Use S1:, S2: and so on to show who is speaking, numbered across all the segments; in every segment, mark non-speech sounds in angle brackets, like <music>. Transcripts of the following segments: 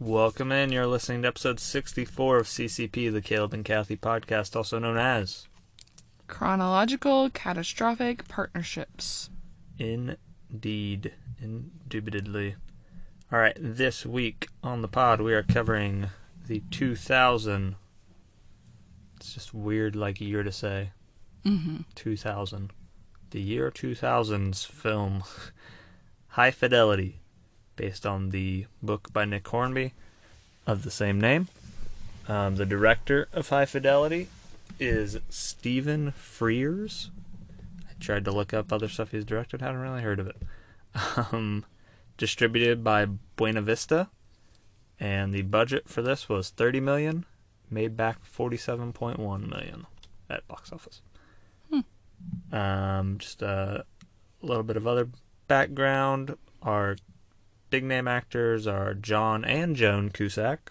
S1: Welcome in. You're listening to episode 64 of CCP, the Caleb and Kathy podcast, also known as
S2: Chronological catastrophic partnerships.
S1: Indeed, Indubitably. All right, this week on the pod, we are covering the 2000. It's just weird, like, year to say.
S2: Mm-hmm.
S1: 2000. The year 2000's film <laughs> High Fidelity, based on the book by Nick Hornby of the same name. Um, the director of High Fidelity is Stephen Frears. I tried to look up other stuff he's directed, haven't really heard of it. <laughs> Um, distributed by Buena Vista, and the budget for this was 30 million, made back 47.1 million at box office. Um, just a little bit of other background. Our big name actors are John and Joan Cusack.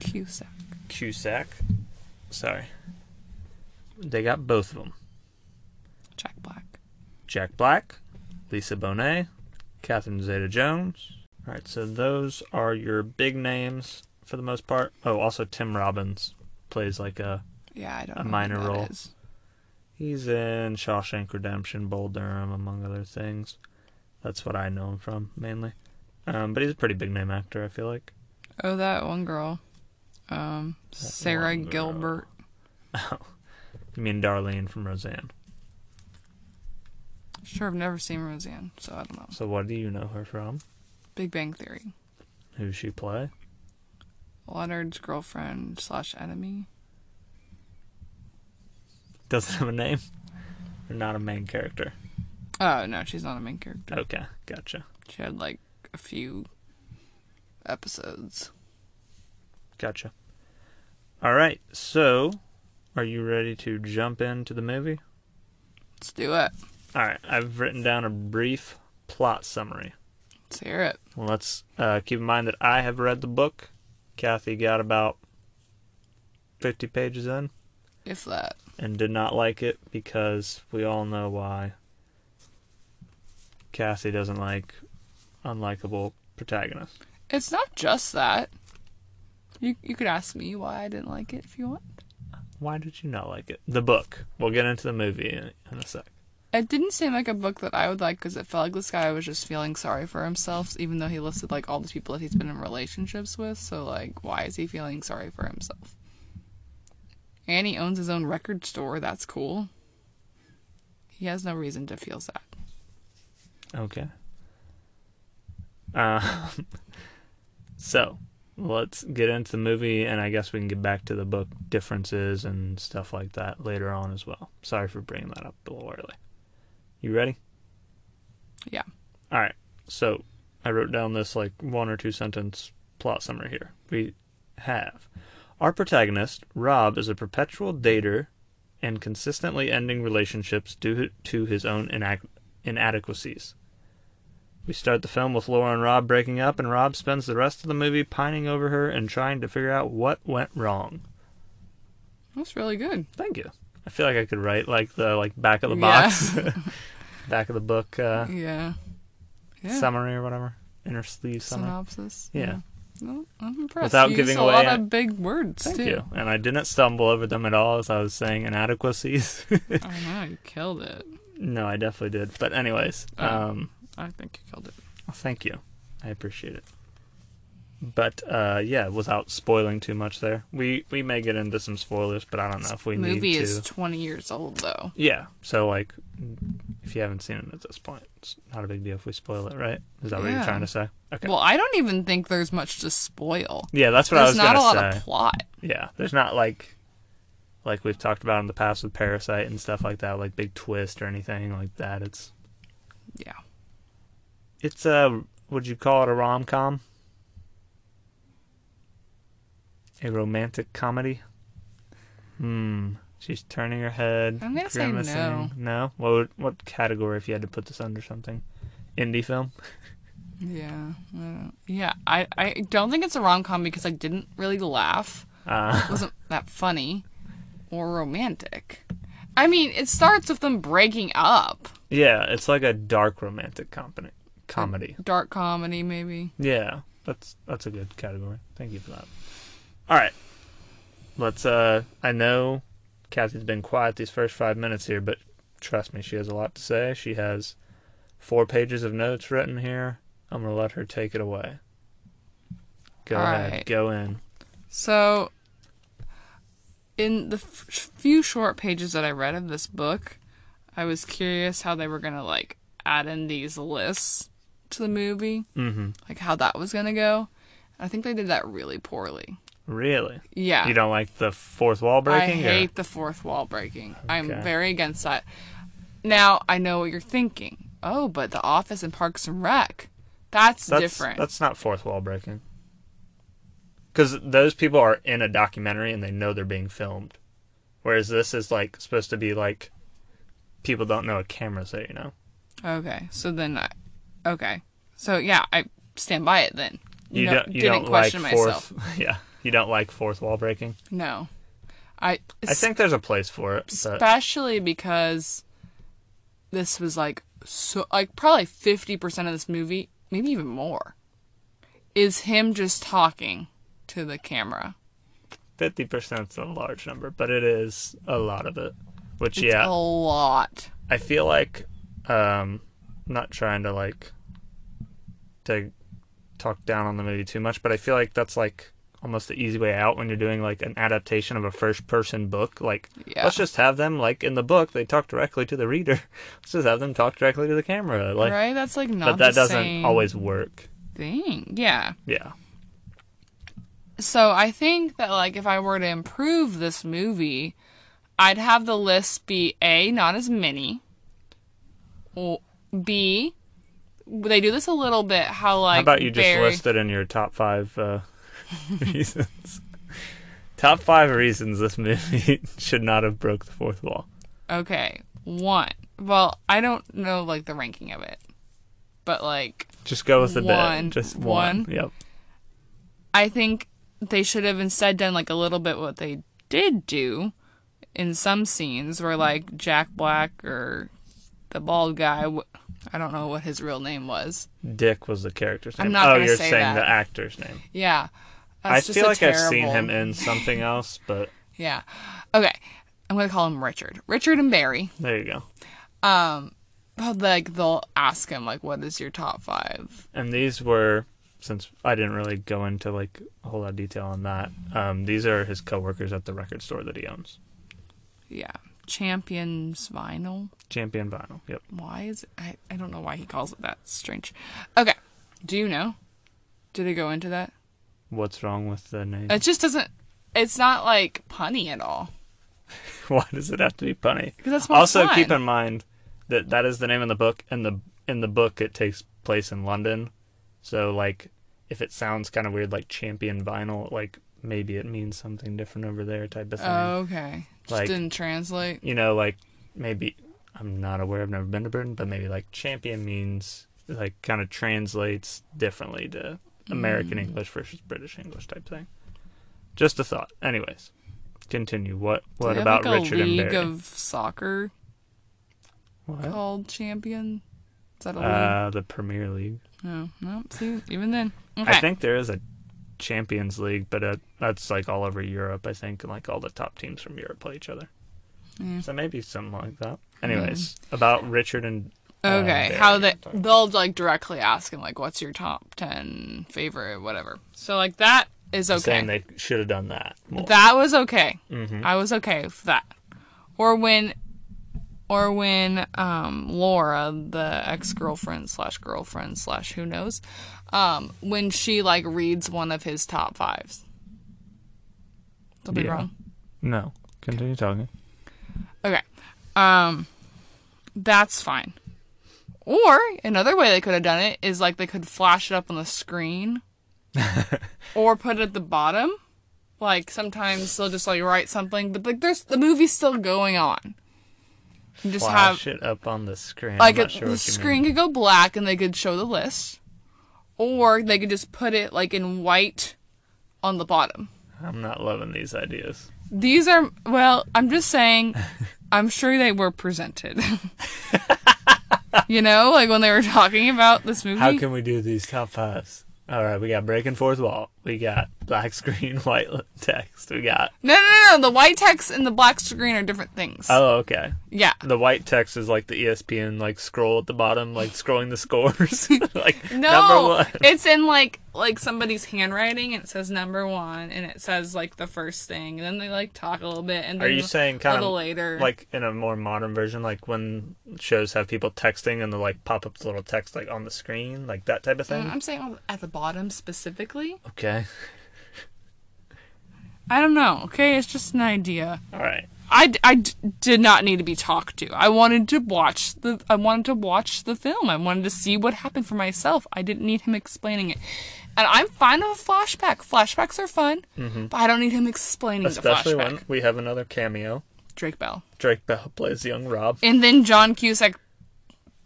S2: Cusack.
S1: Cusack. Sorry. They got both of them
S2: Jack Black.
S1: Jack Black, Lisa Bonet, Catherine Zeta Jones. All right, so those are your big names for the most part. Oh, also Tim Robbins plays like a.
S2: Yeah, I don't
S1: A
S2: know. who
S1: minor
S2: that
S1: role.
S2: is.
S1: He's in Shawshank Redemption, Bull Durham, among other things. That's what I know him from mainly. Um, but he's a pretty big name actor, I feel like.
S2: Oh, that one girl. Um, Sarah
S1: one girl.
S2: Gilbert.
S1: You mean Darlene from Roseanne.
S2: Sure, I've never seen Roseanne, so I don't know.
S1: So what do you know her from?
S2: Big Bang Theory.
S1: Who does she play? <laughs>
S2: Leonard's girlfriend slash enemy.
S1: Doesn't have a name. Or not a main character.
S2: Oh no, she's not a main character.
S1: Okay, gotcha.
S2: She had like a few episodes.
S1: Gotcha. All right, so are you ready to jump into the movie?
S2: Let's do it.
S1: All right, I've written down a brief plot summary.
S2: Let's hear it.
S1: Well, let's uh, keep in mind that I have read the book. Kathy got about 50 pages in.
S2: If that.
S1: and did not like it because we all know why Kathy doesn't like unlikable protagonists.
S2: It's not just that. You you could ask me why I didn't like it if you want.
S1: Why did you not like it? The book. We'll get into the movie in, in a sec.
S2: It didn't seem like a book that I would like because it felt like this guy was just feeling sorry for himself, even though he listed like all these people that he's been in relationships with. So like, why is he feeling sorry for himself? And he owns his own record store. That's cool. He has no reason to feel sad.
S1: Okay. Um, <laughs> so let's get into the movie, and I guess we can get back to the book differences and stuff like that later on as well. Sorry for bringing that up a little early. You ready?
S2: Yeah.
S1: All right. So I wrote down this like one or two sentence plot summary here. We have our protagonist, Rob, is a perpetual dater and consistently ending relationships due to his own inac- inadequacies. We start the film with Laura and Rob breaking up, and Rob spends the rest of the movie pining over her and trying to figure out what went wrong.
S2: That's really good.
S1: Thank you. I feel like I could write like the like back of the
S2: Yeah. <laughs>
S1: box, <laughs> back of the book uh,
S2: Yeah. Yeah.
S1: summary or whatever, inner sleeve summary.
S2: Synopsis.
S1: Yeah.
S2: No, I'm impressed.
S1: Without
S2: You
S1: giving
S2: used a
S1: away
S2: lot
S1: a-
S2: of big words
S1: Thank
S2: too.
S1: you. And I didn't stumble over them at all as I was saying inadequacies. <laughs>
S2: I know you killed it.
S1: no, I definitely did. But anyways,
S2: Uh.
S1: um,
S2: I think you killed it.
S1: Well, thank you. I appreciate it. But uh, yeah, without spoiling too much, there we we may get into some spoilers, but I don't know if we
S2: movie
S1: need to.
S2: is 20 years old though.
S1: Yeah, so like, if you haven't seen it at this point, it's not a big deal if we spoil it, right? Is that what you're
S2: Yeah.
S1: trying to say? Okay.
S2: Well, I don't even think there's much to spoil.
S1: yeah, that's what I
S2: There's
S1: was
S2: not a
S1: gonna
S2: lot
S1: say.
S2: of plot.
S1: yeah, there's not like, like we've talked about in the past with Parasite and stuff like that, like big twist or anything like that. It's
S2: Yeah.
S1: it's a would you call it a rom com? A romantic comedy? Hmm. She's turning her head.
S2: I'm gonna say
S1: grimacing.
S2: no.
S1: No? What would, what category if you had to put this under something? Indie film?
S2: Yeah. I don't- Yeah. I, I don't think it's a rom com because I didn't really laugh.
S1: Uh, <laughs>
S2: It wasn't that funny or romantic. I mean, it starts with them breaking up.
S1: yeah, it's like a dark romantic company comedy.
S2: Dark comedy, maybe.
S1: Yeah. That's that's a good category. Thank you for that. All right. Let's uh I know Kathy's been quiet these first 5 minutes here, but trust me, she has a lot to say. She has four pages of notes written here. I'm going to let her take it away. Go
S2: All
S1: ahead.
S2: right.
S1: Go in.
S2: So, in the f- few short pages that I read of this book, I was curious how they were gonna like add in these lists to the movie,
S1: Mhm.
S2: like how that was gonna go. I think they did that really poorly.
S1: Really?
S2: Yeah,
S1: You don't like the fourth wall breaking?
S2: I
S1: or-
S2: hate the fourth wall breaking. I'm
S1: Okay.
S2: very against that. Now I know what you're thinking. Oh, but The Office and Parks and Rec, that's,
S1: that's,
S2: different.
S1: That's not fourth wall breaking. Because those people are in a documentary and they know they're being filmed, whereas this is like supposed to be like people don't know a camera's there. You know,
S2: Okay, so then, I, okay, so yeah, I stand by it then.
S1: you
S2: No-
S1: don't you
S2: didn't
S1: don't
S2: question
S1: like
S2: myself.
S1: fourth. <laughs> Yeah, you don't like fourth wall breaking.
S2: No, I.
S1: I think there's a place for it. But
S2: especially because this was like so like probably fifty percent of this movie, maybe even more, is him just talking to the camera.
S1: fifty percent's a large number, but it is a lot of it. Which
S2: It's
S1: yeah,
S2: a lot.
S1: I feel like um I'm not trying to like to talk down on the movie too much, but I feel like that's like almost the easy way out when you're doing like an adaptation of a first person book. Like
S2: Yeah.
S1: let's just have them like in the book they talk directly to the reader. <laughs> let's just have them talk directly to the camera. Like
S2: right? That's like not
S1: but that
S2: the
S1: doesn't
S2: same
S1: always work.
S2: thing. Yeah.
S1: Yeah.
S2: So I think that like if I were to improve this movie, I'd have the list be A, not as many. Or B they do this a little bit how like
S1: How about you just
S2: very-
S1: list it in your top five
S2: <laughs>
S1: uh, reasons? top five reasons this movie <laughs> should not have broke the fourth wall.
S2: Okay. One. Well, I don't know like the ranking of it. But like
S1: Just go with the
S2: One.
S1: bit. Just one.
S2: One.
S1: Yep.
S2: I think they should have instead done like a little bit what they did do in some scenes where like Jack Black or the bald guy w- I don't know what his real name was.
S1: Dick was the character's name.
S2: I'm not
S1: oh,
S2: gonna
S1: you're
S2: say
S1: saying
S2: that.
S1: the actor's name.
S2: Yeah.
S1: I
S2: That's just
S1: feel
S2: a
S1: like I've seen him
S2: terrible-
S1: in
S2: <laughs>
S1: something else, but
S2: Yeah. Okay. I'm going to call him Richard. Richard and Barry.
S1: there you go.
S2: But like they'll ask him like what is your top 5?
S1: And these were since I didn't really go into like a whole lot of detail on that. Um, these are his coworkers at the record store that he owns.
S2: Yeah. Champions vinyl.
S1: Champion Vinyl. Yep.
S2: Why is I I don't know why he calls it that. It's strange. Okay. Do you know? Did it go into that?
S1: What's wrong with the name?
S2: It just doesn't. It's not like punny at all.
S1: <laughs> Why does it have to be punny?
S2: 'Cause that's more
S1: also
S2: fun.
S1: keep in mind that that is the name of the book, and the in the book it takes place in London. So like, if it sounds kind of weird, like Champion Vinyl, like maybe it means something different over there, type of thing.
S2: Oh. okay. Just
S1: Like-
S2: didn't translate.
S1: You know, like maybe I'm not aware. I've never been to Britain, but maybe like Champion means like kind of translates differently to American
S2: Hmm.
S1: English versus British English type thing. Just a thought. Anyways, continue. What
S2: Do
S1: what
S2: they have,
S1: about
S2: like, a
S1: Richard and
S2: league
S1: Barry?
S2: of soccer
S1: What?
S2: called champion? Is that a league?
S1: Uh, the Premier League.
S2: no, no. Oh, See, even then. Okay.
S1: I think there is a Champions League, but uh that's like all over Europe. I think and like all the top teams from Europe play each other.
S2: Yeah.
S1: So maybe something like that. Anyways,
S2: Mm.
S1: about Richard and uh,
S2: okay.
S1: Barry.
S2: how they they'll like directly ask him like, "What's your top ten favorite?" Whatever. So like that is okay.
S1: saying they should have done that. More.
S2: That was okay.
S1: Mm-hmm.
S2: I was okay with that. Or when, or when um, Laura, the ex girlfriend slash girlfriend slash who knows, um, when she like reads one of his top fives. Don't be
S1: Yeah.
S2: wrong.
S1: No, continue talking.
S2: Okay, um, that's fine. Or another way they could have done it is like they could flash it up on
S1: <laughs>
S2: the screen, or put it at the bottom. Like sometimes they'll just like write something, but like there's the movie's still going on. You just
S1: Flash
S2: have
S1: it up on the screen.
S2: like
S1: I'm
S2: a,
S1: not sure
S2: the
S1: what you mean.
S2: screen could go black and they could show the list, or they could just put it like in white on the bottom.
S1: I'm not loving these ideas.
S2: These are well, I'm just saying I'm sure they were presented. you know, like when they were talking about this movie.
S1: How can we do these top fives? All right, we got breaking fourth wall. We got black screen, <laughs> white text. We got
S2: No, no, no, no. The white text and the black screen are different things.
S1: oh okay.
S2: yeah.
S1: The white text is like the E ESPN like scroll at the bottom, like scrolling the scores, <laughs> like <laughs> number
S2: No,
S1: one.
S2: it's in like like somebody's handwriting, and it says number one, and it says like the first thing, and then they like talk a little bit, and then
S1: Are you saying
S2: Mm, a
S1: kind
S2: little
S1: of
S2: later,
S1: like in a more modern version, like when shows have people texting and they like pop up the little text like on the screen, like that type of thing?
S2: Mm, I'm saying at the bottom specifically.
S1: Okay,
S2: I don't know. Okay, it's just an idea.
S1: all right.
S2: I, d- I d- did not need to be talked to. I wanted to watch the I wanted to watch the film. I wanted to see what happened for myself. I didn't need him explaining it. And I'm fine with a flashback. Flashbacks are fun, but I don't need him explaining
S1: Mm-hmm. Especially
S2: the flashback.
S1: when we have another cameo.
S2: Drake Bell.
S1: Drake Bell plays young Rob.
S2: And then John Cusack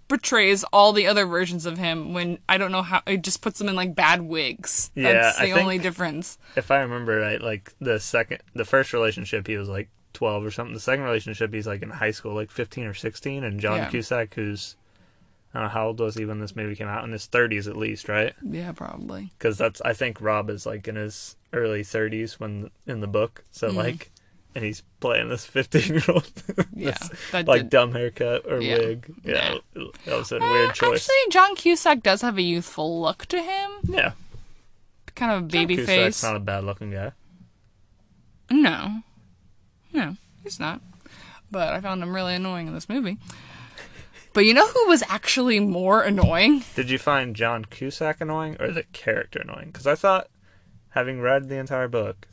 S2: portrays all the other versions of him when I don't know how it just puts them in like bad wigs.
S1: Yeah,
S2: That's
S1: I
S2: the
S1: think-
S2: only difference.
S1: If I remember right, like the second, the first relationship, he was like twelve or something. The second relationship, he's like in high school, like fifteen or sixteen. And John
S2: Yeah.
S1: Cusack, who's I don't know how old was he when this movie came out, in his thirties at least, right?
S2: Yeah, probably.
S1: because that's I think Rob is like in his early 30s when in the book, so
S2: Mm-hmm.
S1: like, and he's playing this <laughs> 15 year old,
S2: <laughs> Yeah. That
S1: like
S2: did-
S1: dumb haircut or
S2: Yeah.
S1: wig. Yeah, that was a
S2: Uh,
S1: weird choice.
S2: Actually, John Cusack does have a youthful look to him.
S1: yeah,
S2: Kind of a baby
S1: Cusack's
S2: face.
S1: not a bad looking guy.
S2: No. No, he's not. But I found him really annoying in this movie. But you know who was actually more annoying?
S1: Did you find John Cusack annoying or the character annoying? Because I thought, having read the entire book.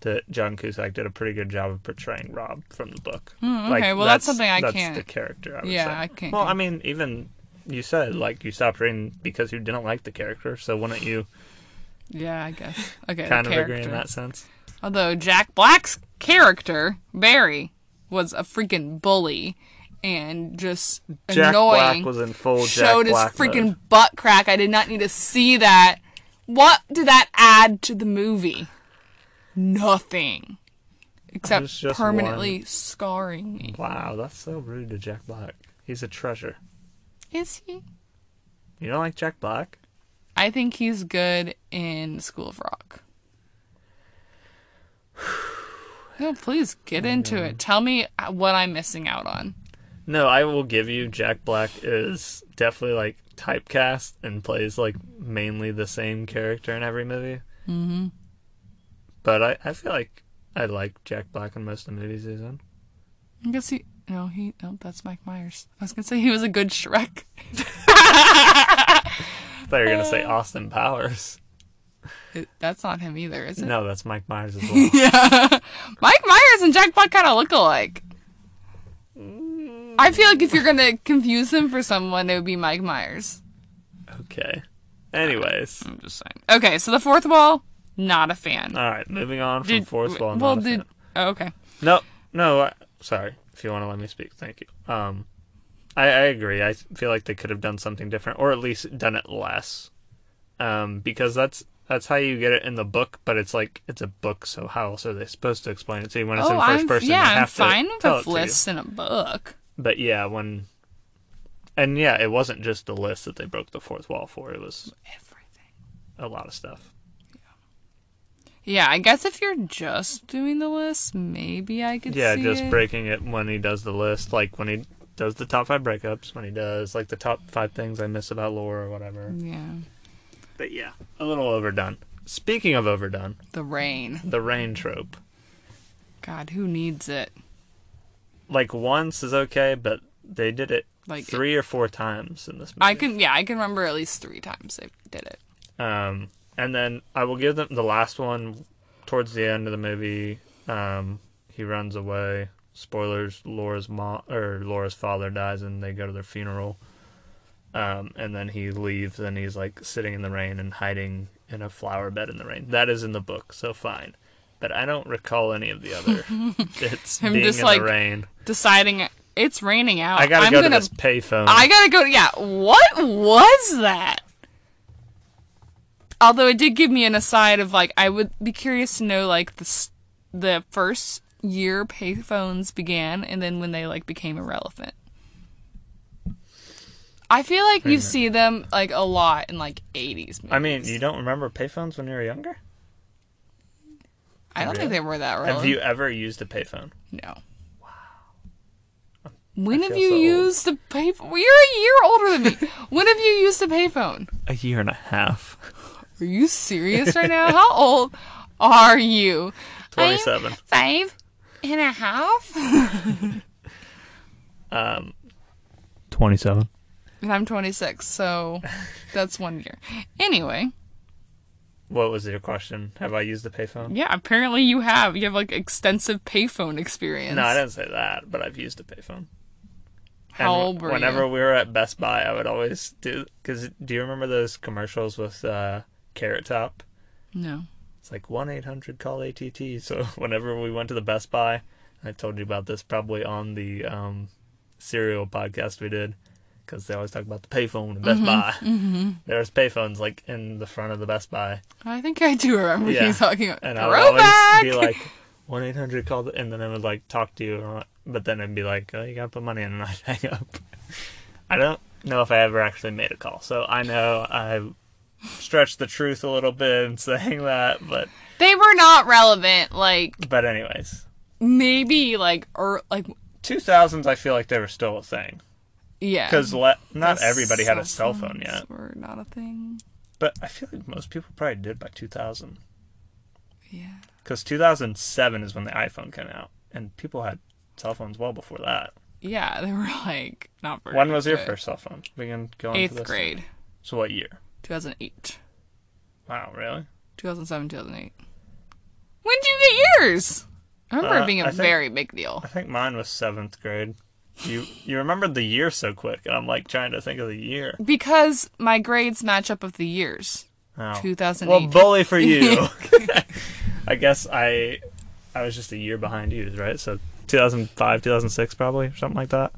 S1: That John Cusack did a pretty good job of portraying Rob from the book.
S2: Hmm, okay, well, that's something I
S1: that's
S2: can't-
S1: the character. I would
S2: Yeah,
S1: say.
S2: I can't
S1: Well, I mean, even you said like you stopped reading because you didn't like the character, so wouldn't you
S2: Yeah, I guess. Okay,
S1: kind
S2: the
S1: of
S2: character.
S1: agree in that sense?
S2: Although Jack Black's character, Barry, was a freaking bully and just
S1: Jack
S2: annoying.
S1: Black was in full
S2: showed
S1: Jack Black
S2: his freaking
S1: mode.
S2: butt crack. I did not need to see that. What did that add to the movie? Nothing. Except
S1: was just
S2: permanently scarring me.
S1: Wow, that's so rude to Jack Black. He's a treasure.
S2: Is he?
S1: You don't like Jack Black?
S2: I think he's good in School of Rock. <sighs> No, please
S1: Oh,
S2: get into it. Tell me uh, what I'm missing out on.
S1: No, I will give you Jack Black is definitely like typecast and plays like mainly the same character in every movie. Mm-hmm. But I, I feel like I like Jack Black in most of the movies he's in.
S2: I guess he. No, he. No, that's Mike Myers. I was gonna say he was a good Shrek. <laughs>
S1: I thought you were gonna say
S2: Uh.
S1: Austin
S2: <laughs>
S1: Powers.
S2: It- that's not him either, is it?
S1: No, that's Mike Myers
S2: <laughs>
S1: as well.
S2: Yeah. Mike Myers and Jack Black kind of look alike. I feel like if you're going to confuse him for someone, it would be Mike Myers.
S1: okay. Anyways.
S2: I'm just saying. Okay, so the fourth wall, not a fan.
S1: Alright, moving on from
S2: Did-
S1: Force Wall.
S2: Well,
S1: not a
S2: did.
S1: fan.
S2: Oh, okay.
S1: No, no. I, sorry, if you want to let me speak, thank you. Um, I, I agree. I feel like they could have done something different, or at least done it less, um, because that's that's how you get it in the book. But it's like it's a book, so how else are they supposed to explain it to you when it's in
S2: Oh,
S1: 1st
S2: I'm,
S1: person?
S2: yeah,
S1: they
S2: I'm
S1: have to
S2: fine with
S1: tell
S2: a
S1: it to you.
S2: list in a book.
S1: But yeah, when and yeah, it wasn't just the list that they broke the fourth wall for. It was
S2: Everything.
S1: a lot of stuff.
S2: Yeah, I guess if you're just doing the list, maybe I could
S1: Yeah,
S2: see
S1: just
S2: it.
S1: breaking it when he does the list, like when he does the top five breakups, when he does like the top five things I miss about Laura or whatever.
S2: Yeah.
S1: But yeah, a little overdone. Speaking of overdone,
S2: The rain.
S1: the rain trope.
S2: God, who needs it?
S1: Like once is okay, but they did it
S2: Like-
S1: like three or four times in this movie.
S2: I can, yeah, I can remember at least three times they did it.
S1: Um, and then I will give them the last one towards the end of the movie. Um, he runs away. Spoilers: Laura's mom or Laura's father dies, and they go to their funeral. Um, and then he leaves, and he's like sitting in the rain and hiding in a flower bed in the rain. That is in the book, so fine. But I don't recall any of the
S2: <laughs>
S1: other. it's
S2: Him
S1: being
S2: just,
S1: in
S2: like,
S1: the rain.
S2: deciding it's raining out.
S1: I gotta
S2: I'm
S1: go
S2: gonna,
S1: to this payphone.
S2: I gotta go. Yeah, what was that? Although it did give me an aside of like, I would be curious to know like the s- the first year payphones began and then when they like became irrelevant. I feel like you
S1: Pregnant.
S2: see them like a lot in like 80s movies.
S1: I mean, you don't remember payphones when you were younger?
S2: I don't think
S1: really?
S2: they were that relevant.
S1: Have you ever used a payphone?
S2: No. Wow. When
S1: I
S2: have
S1: feel
S2: you
S1: so old.
S2: used the payphone? Well, you're a year
S1: <laughs>
S2: older than me. when have you used a payphone?
S1: A year and a half.
S2: Are you serious right now? How old are you? I'm
S1: 27.
S2: Five and a half?
S1: Um, 27.
S2: and I'm 26, so that's one year. Anyway,
S1: What was your question? Have I used a payphone?
S2: yeah, apparently you have. You have like extensive payphone experience.
S1: No, I didn't say that, but I've used a payphone.
S2: How
S1: And
S2: old were
S1: Whenever
S2: you?
S1: we were at Best Buy, I would always do. Because do you remember those commercials with uh, Carrot Top?
S2: No.
S1: It's like 1 800 call ATT. So <laughs> whenever we went to the Best Buy, I told you about this probably on the um, cereal podcast we did. Because they always talk about the payphone in Best
S2: Mm-hmm.
S1: Buy. There's payphones like in the front of the Best Buy.
S2: I think I do remember
S1: Yeah.
S2: you talking about
S1: And I would
S2: throwback.
S1: always be like, 1 800 call, the-" and then I would like talk to you, but then I'd be like, oh, you gotta put money in, and <laughs> I'd hang up. I don't know if I ever actually made a call, so I know I stretched the truth a little bit in saying that, but
S2: they were not relevant. Like
S1: but anyways,
S2: maybe like or like
S1: 2000s, I feel like they were still a thing
S2: yeah.
S1: because le- not
S2: Yes,
S1: everybody had a cell phone
S2: phones
S1: yet,
S2: Were not a thing.
S1: but I feel like most people probably did by 2000.
S2: Yeah.
S1: Because 2007 is when the iPhone came out, and people had cell phones well before that.
S2: Yeah, <laughs> they were like not very.
S1: When was your
S2: good.
S1: first cell phone? We can go into
S2: Eighth
S1: this.
S2: grade,
S1: So what year?
S2: 2008,
S1: Wow, really?
S2: 2007, 2008. When did you get yours? I remember
S1: Uh,
S2: it being a
S1: I think-
S2: very big deal.
S1: I think mine was seventh grade. You you remembered the year so quick, and I'm like trying to think of the year.
S2: Because my grades match up of the years.
S1: Oh.
S2: 2008.
S1: Well, bully for
S2: <laughs>
S1: you. <laughs> I guess I I was just a year behind you, right? So 2005, 2006, probably or something like that.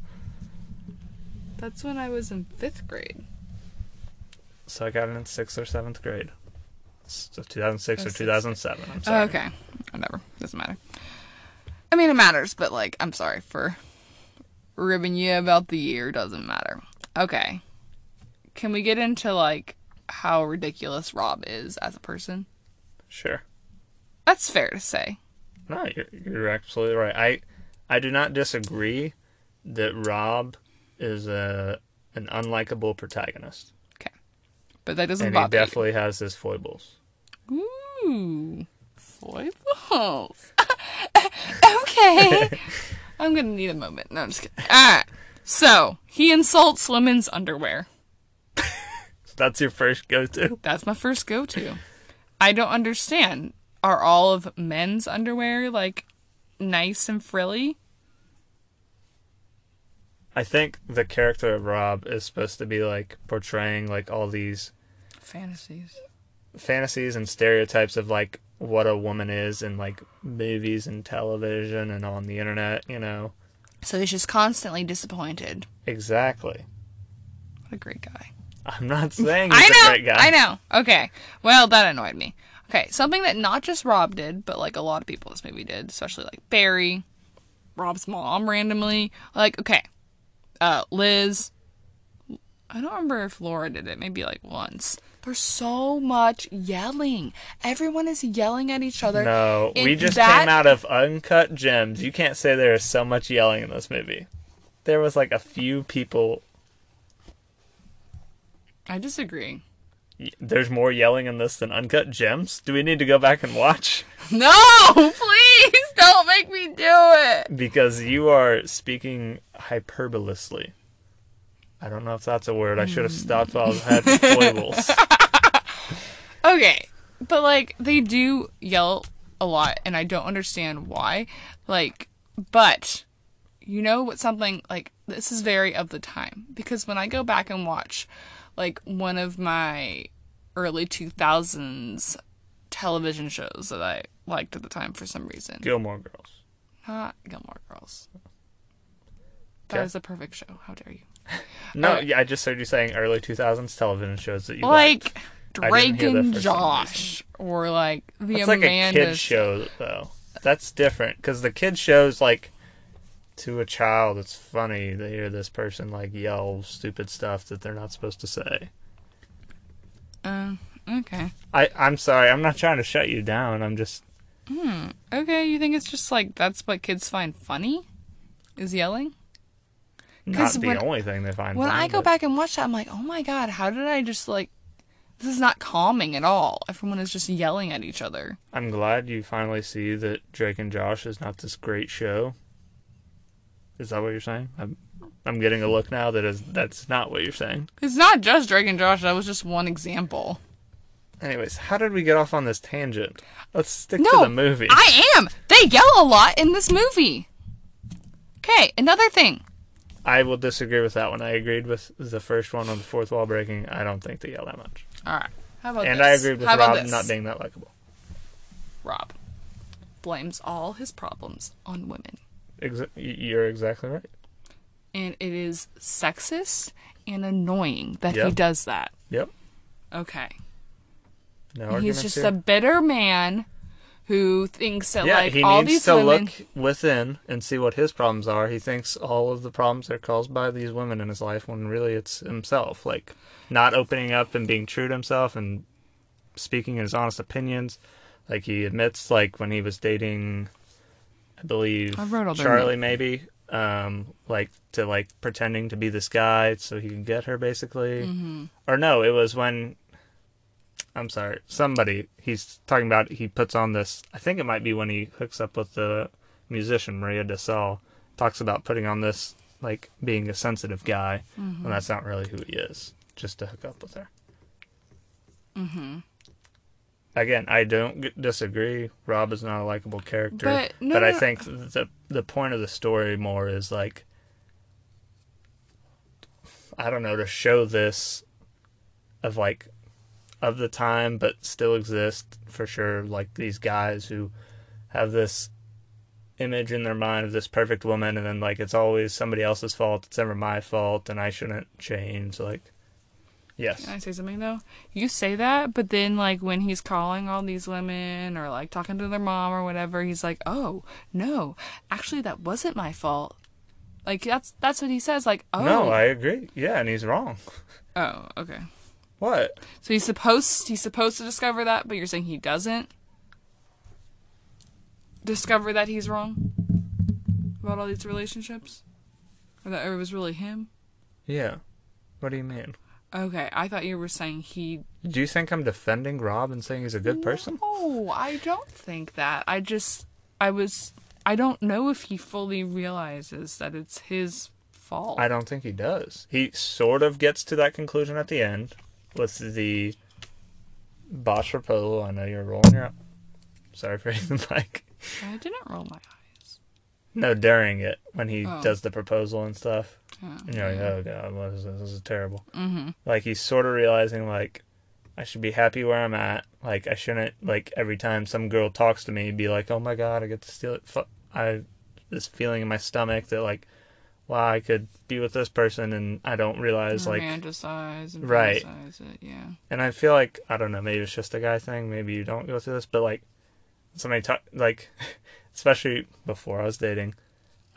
S2: That's when I was in fifth grade.
S1: So I got it in sixth or seventh grade. So 2006
S2: Oh,
S1: or
S2: sixth.
S1: 2007. I'm sorry.
S2: Okay, whatever. Doesn't matter. I mean, it matters, but like, I'm sorry for ribbing you about the year. Doesn't matter. Okay. Can we get into like how ridiculous Rob is as a person?
S1: Sure.
S2: That's fair to say.
S1: No, you're, you're absolutely right. I I do not disagree that Rob is a an unlikable protagonist.
S2: Okay. But that doesn't
S1: and he
S2: bother
S1: definitely has his foibles.
S2: you. Ooh. Foibles. <laughs> okay.
S1: <laughs>
S2: I'm gonna need a moment. No, I'm just kidding. Alright. So he insults women's underwear.
S1: That's your first go-to.
S2: That's my first go to. I don't understand. Are all of men's underwear like nice and frilly?
S1: I think the character of Rob is supposed to be like portraying like all these
S2: Fantasies.
S1: fantasies and stereotypes of like what a woman is in like movies and television and on the internet, you know.
S2: So he's just constantly disappointed.
S1: Exactly.
S2: What a great guy.
S1: I'm not <laughs> saying he's
S2: I know.
S1: a great guy.
S2: I know. Okay. Well, that annoyed me. Okay, something that not just Rob did, but like a lot of people in this movie did, especially like Barry, Rob's mom randomly. Like, okay, uh, Liz. I don't remember if Laura did it. Maybe like once. There's so much yelling. Everyone is yelling at each other.
S1: No,
S2: And
S1: we just
S2: that-
S1: came out of Uncut Gems. You can't say there is so much yelling in this movie. There was like a few people.
S2: I disagree. <laughs>
S1: There's more yelling in this than Uncut Gems. Do we need to go back and watch? <laughs>
S2: No, please don't make me do it.
S1: Because you are speaking hyperbolously. I don't know if that's a word. I should have stopped while I
S2: <laughs>
S1: had the foibles.
S2: Okay, but like they do yell a lot, and I don't understand why. Like, but you know what? Something like this is very of the time because when I go back and watch, like one of my early two thousands television shows that I liked at the time for some reason,
S1: Gilmore Girls.
S2: not Gilmore Girls. That
S1: Okay.
S2: is a perfect show. How dare you?
S1: No,
S2: Alright.
S1: yeah, I just heard you saying early 2000s television shows that you liked.
S2: Uh, Like
S1: I didn't
S2: Drake
S1: hear that
S2: and
S1: for some
S2: Josh, or like the
S1: It's like a
S2: Amanda
S1: kid show though. That's different because the kid shows like to a child, it's funny to hear this person like yell stupid stuff that they're not supposed to say.
S2: Uh, okay.
S1: I, I'm sorry, I'm not trying to shut you down. I'm just
S2: Okay, you think it's just like that's what kids find funny? Is yelling?
S1: not
S2: 'Cause
S1: the
S2: when-
S1: only thing they find.
S2: When
S1: funny,
S2: I go
S1: but-
S2: back and watch that, I'm like, oh my god, how did I just like. This is not calming at all. Everyone is just yelling at each other.
S1: I'm glad you finally see that Drake and Josh is not this great show. Is that what you're saying? I'm I'm getting a look now that is that's not what you're saying.
S2: It's not just Drake and Josh, that was just one example.
S1: Anyways, how did we get off on this tangent? Let's stick to
S2: No,
S1: the movie.
S2: I am! They yell a lot in this movie! Okay, another thing.
S1: I will disagree with that one. I agreed with the first one on the fourth wall breaking. I don't think they yell that much.
S2: Alright, how about
S1: And
S2: this?
S1: I agreed with
S2: how about
S1: Rob
S2: this?
S1: not being that likable.
S2: Rob blames all his problems on women.
S1: Exa- y- you're exactly right.
S2: And it is sexist and annoying that
S1: Yeah.
S2: he does that.
S1: Yep.
S2: Okay.
S1: No
S2: And he's
S1: arguments
S2: just
S1: here.
S2: a bitter man who thinks that
S1: yeah,
S2: like
S1: he
S2: all
S1: needs
S2: these
S1: to
S2: women
S1: look within and see what his problems are. He thinks all of the problems are caused by these women in his life when really it's himself. Like not opening up and being true to himself and speaking his honest opinions. Like he admits like when he was dating I believe
S2: I wrote all their
S1: Charlie maybe. Um, like to like pretending to be this guy so he could get her basically.
S2: Mm-hmm.
S1: Or no, it was when I'm sorry. Somebody he's talking about. He puts on this. I think it might be when he hooks up with the musician Maria Dessau. Talks about putting on this like being a sensitive guy,
S2: Mm-hmm.
S1: and that's not really who he is. Just to hook up with her. Mm-hmm. Again, I don't g- disagree. Rob is not a likable character,
S2: But- no,
S1: I
S2: no, no.
S1: think the the point of the story more is like I don't know to show this of like of the time, but still exist for sure. Like these guys who have this image in their mind of this perfect woman, and then like it's always somebody else's fault. It's never my fault, and I shouldn't change. Like, yes,
S2: Can I say something though? You say that, but then like when he's calling all these women or like talking to their mom or whatever, he's like, "Oh no, actually that wasn't my fault." Like that's that's what he says. Like, "Oh,
S1: no, I agree. Yeah, and he's wrong.
S2: oh, okay."
S1: What?
S2: So he's supposed he's supposed to discover that, but you're saying he doesn't discover that he's wrong about all these relationships, or that it was really him.
S1: Yeah. What do you mean?
S2: Okay, I thought you were saying he
S1: Do you think I'm defending Rob and saying he's a good person?
S2: No, Oh, I don't think that. I just, I was, I don't know if he fully realizes that it's his fault.
S1: I don't think he does. He sort of gets to that conclusion at the end with the Bosch proposal. I know you're rolling your Sorry for <laughs> hitting the mic.
S2: I didn't roll my eyes.
S1: No, during it when he
S2: Oh.
S1: does the proposal and stuff.
S2: Oh,
S1: and you're like, oh god, what is this? This is terrible. Mm-hmm. Like he's sort of realizing like I should be happy where I'm at. Like I shouldn't like every time some girl talks to me, be like, oh my god, I get to steal it. Fu- I this feeling in my stomach that like, wow, I could be with this person and I don't
S2: Oh,
S1: realize like
S2: romanticize and
S1: Right.
S2: fantasize it. Yeah.
S1: and I feel like I don't know, maybe it's just a guy thing, maybe you don't go through this, but like somebody talk like <laughs> especially before I was dating,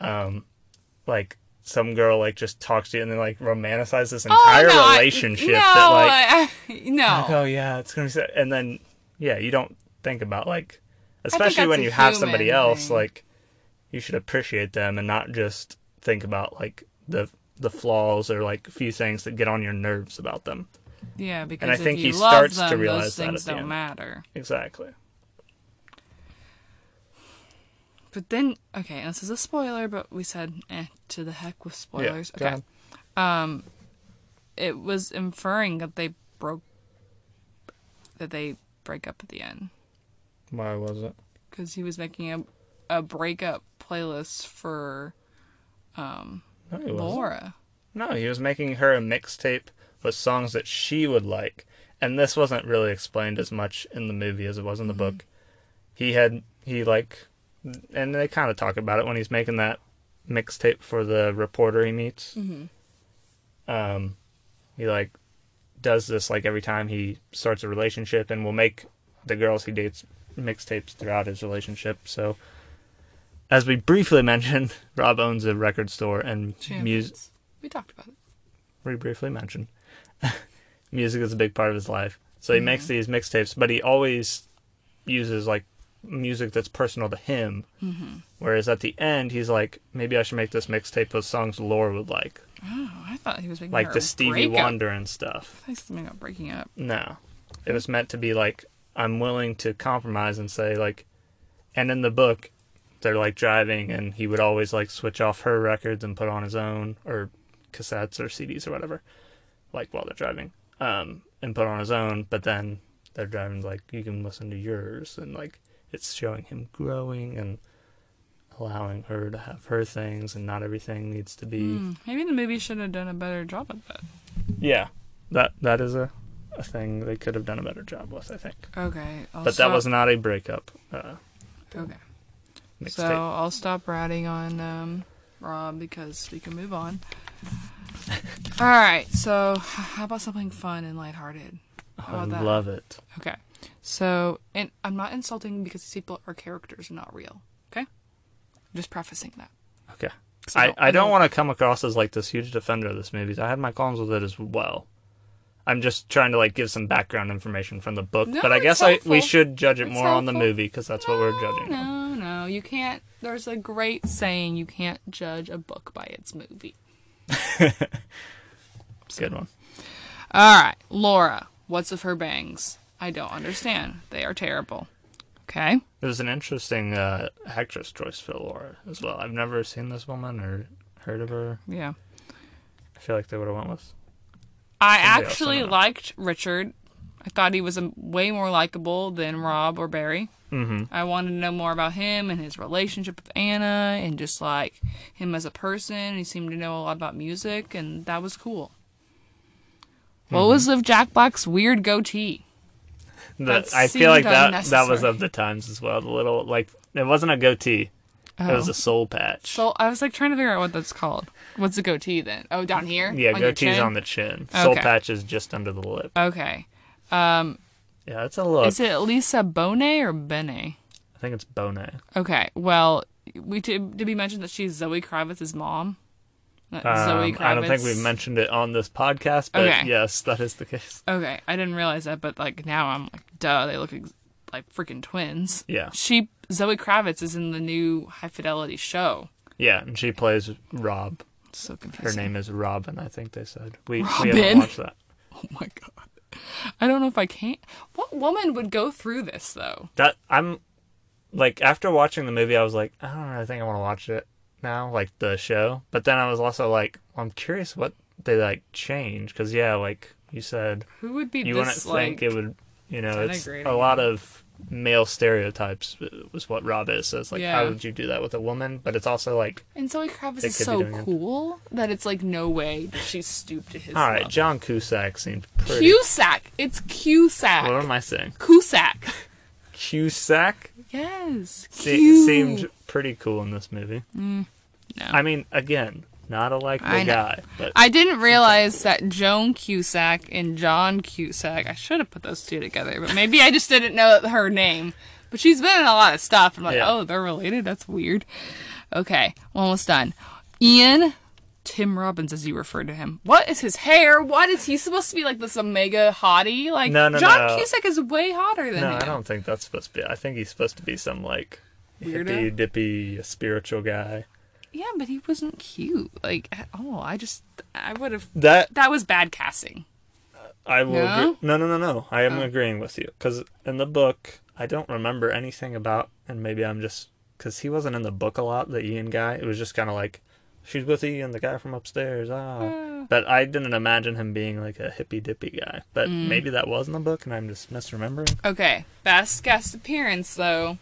S1: um, like some girl like just talks to you and then like romanticizes this entire relationship
S2: Oh, I, no,
S1: that like
S2: I- <laughs>
S1: <laughs>
S2: no.
S1: oh yeah, it's gonna be so, and then yeah, you don't think about like
S2: think
S1: especially
S2: that's
S1: when
S2: a
S1: you have somebody
S2: human
S1: else
S2: thing.
S1: like you should appreciate them and not just think about like the the flaws or like few things that get on your nerves about them.
S2: Yeah, because
S1: I
S2: if
S1: think
S2: you
S1: he
S2: love
S1: starts to
S2: them,
S1: realize
S2: those
S1: that at
S2: things
S1: the
S2: don't
S1: end.
S2: matter.
S1: Exactly.
S2: But then, okay, and this is a spoiler, but we said eh, to the heck with spoilers.
S1: go
S2: okay.
S1: ahead.
S2: Um, it was inferring that they broke, that they break up at the end
S1: Why was it?
S2: because he was making a a breakup playlist for
S1: No, he wasn't.
S2: Laura.
S1: No, he was making her a mixtape with songs that she would like. And this wasn't really explained as much in the movie as it was in the book. He had he like and they kind of talk about it when he's making that mixtape for the reporter he meets. Um he like does this like every time he starts a relationship and will make the girls he dates mixtapes throughout his relationship. So as we briefly <laughs> mentioned, Rob owns a record store and music.
S2: Champions. We talked about it.
S1: we briefly mentioned. <laughs> music is a big part of his life. So he makes these mixtapes, but he always uses like music that's personal to him. Whereas at the end, he's like, maybe I should make this mixtape with songs Laura would like,
S2: Oh, I thought he was making
S1: like
S2: her
S1: the Stevie
S2: breakup.
S1: Wonder and stuff.
S2: I think something about breaking up.
S1: No. It was meant to be like, I'm willing to compromise and say, like, and in the book, they're like driving, and he would always like switch off her records and put on his own, or cassettes or CDs or whatever, like while they're driving, um, and put on his own. But then they're driving, like, you can listen to yours, and like, it's showing him growing and allowing her to have her things, and not everything needs to be.
S2: Hmm, Maybe the movie should have done a better job of that.
S1: Yeah, that that is a, a thing they could have done a better job with, I think.
S2: Okay. I'll
S1: but
S2: stop-
S1: that was not a breakup uh,
S2: Okay.
S1: mixtape.
S2: So I'll stop ratting on um, Rob because we can
S1: <laughs>
S2: move on. All right. So h- how about something fun and lighthearted? How
S1: I
S2: about that?
S1: love it.
S2: Okay. So, and I'm not insulting because these people are characters, not real. Okay. Just prefacing that.
S1: Okay.
S2: 'Cause
S1: I, I don't want to come across as like this huge defender of this movie. I had my qualms with it as well. I'm just trying to like give some background information from the book,
S2: No,
S1: but I
S2: it's
S1: guess I, we
S2: helpful.
S1: should judge it
S2: It's
S1: more on the
S2: helpful.
S1: movie because that's what we're judging. on.
S2: No, no, you can't. There's a great saying: you can't judge a book by its movie.
S1: Good one.
S2: All right, Laura. What's of her bangs? I don't understand. They are terrible. Okay.
S1: It was an interesting uh, actress choice for Laura as well. I've never seen this woman or heard of her.
S2: Yeah.
S1: I feel like they would have went with.
S2: I
S1: Somebody else,
S2: actually
S1: someone else.
S2: liked Richard. I thought he was um way more likable than Rob or Barry. Mm-hmm. I wanted to know more about him and his relationship with Anna and just like him as a person. He seemed to know a lot about music, and that was cool.
S1: Mm-hmm.
S2: What was of Jack Black's weird goatee?
S1: The,
S2: That
S1: I feel like
S2: seemed
S1: that that was
S2: unnecessary.
S1: of the times as well. The little like it wasn't a goatee. It was
S2: Oh.
S1: a soul patch.
S2: So I was like trying to figure out what that's called. What's a goatee then? Oh, down here?
S1: Yeah,
S2: on your
S1: goatee's
S2: chin?
S1: on the chin. Soul
S2: Okay.
S1: patch is just under the lip.
S2: Okay.
S1: Yeah, it's a look.
S2: Is it Lisa Bonet or Benet?
S1: I think it's Bonet.
S2: Okay. Well, we did, did we mention that she's Zoe Kravitz's mom? That Zoe
S1: Um, I don't think we've
S2: Kravitz-
S1: mentioned it on this podcast, but
S2: Okay.
S1: yes, that is the case.
S2: Okay, I didn't realize that, but like now I'm like, duh, they look ex- like freaking twins.
S1: Yeah.
S2: She Zoe Kravitz is in the new High Fidelity show.
S1: Yeah, and she plays Rob.
S2: So
S1: Her
S2: confusing.
S1: name is Robin, I think they said. We, we haven't
S2: Robin?
S1: watched that.
S2: <laughs> Oh my god. I don't know if I can't. What woman would go through this though?
S1: That I'm like after watching the movie, I was like, "Oh, I don't really think I want to watch it now, like the show. But then I was also like, well, I'm curious what they like change because yeah, like you said,
S2: Who would be
S1: you wouldn't
S2: this like?
S1: think it would you know it's a
S2: denigrating.
S1: lot of male stereotypes was what rob is so it's like how
S2: Yeah.
S1: would you do that with a woman but it's also like
S2: and Zoe Kravitz
S1: They
S2: is
S1: could be
S2: so
S1: doing it.
S2: cool that it's like no way that she's stooped to his
S1: all right
S2: level.
S1: john cusack seemed pretty
S2: Cusack. It's Cusack.
S1: what am i saying
S2: Cusack.
S1: cusack
S2: Yes.
S1: se-
S2: cute. Mm,
S1: seemed pretty cool in this movie
S2: No.
S1: i mean again not a likable
S2: I know.
S1: guy but
S2: I didn't realize that Joan Cusack and John Cusack. I should have put those two together, but maybe I just didn't know her name. But she's been in a lot of stuff. I'm like,
S1: Yeah.
S2: oh, they're related. That's weird. Okay, we're almost done. Ian Tim Robbins, as you referred to him. What is his hair? What is he supposed to be like? This mega hottie? Like
S1: No, no,
S2: John
S1: no.
S2: Cusack is way hotter than
S1: no
S2: him.
S1: i don't think that's supposed to be i think he's supposed to be some like
S2: Weirdo?
S1: hippy dippy spiritual guy
S2: Yeah, but he wasn't cute like at all. I just I would have.
S1: that
S2: That was bad casting.
S1: I will.
S2: No? Oh.
S1: Agree. No, no, no, no. I am agreeing with you because in the book, I don't remember anything about, and maybe I'm just because he wasn't in the book a lot. The Ian guy. It was just kind of like she's with Ian, the guy from upstairs. Ah, but I didn't imagine him being like a hippy dippy guy. But
S2: Mm.
S1: maybe that was in the book, and I'm just misremembering.
S2: Okay, best guest appearance though.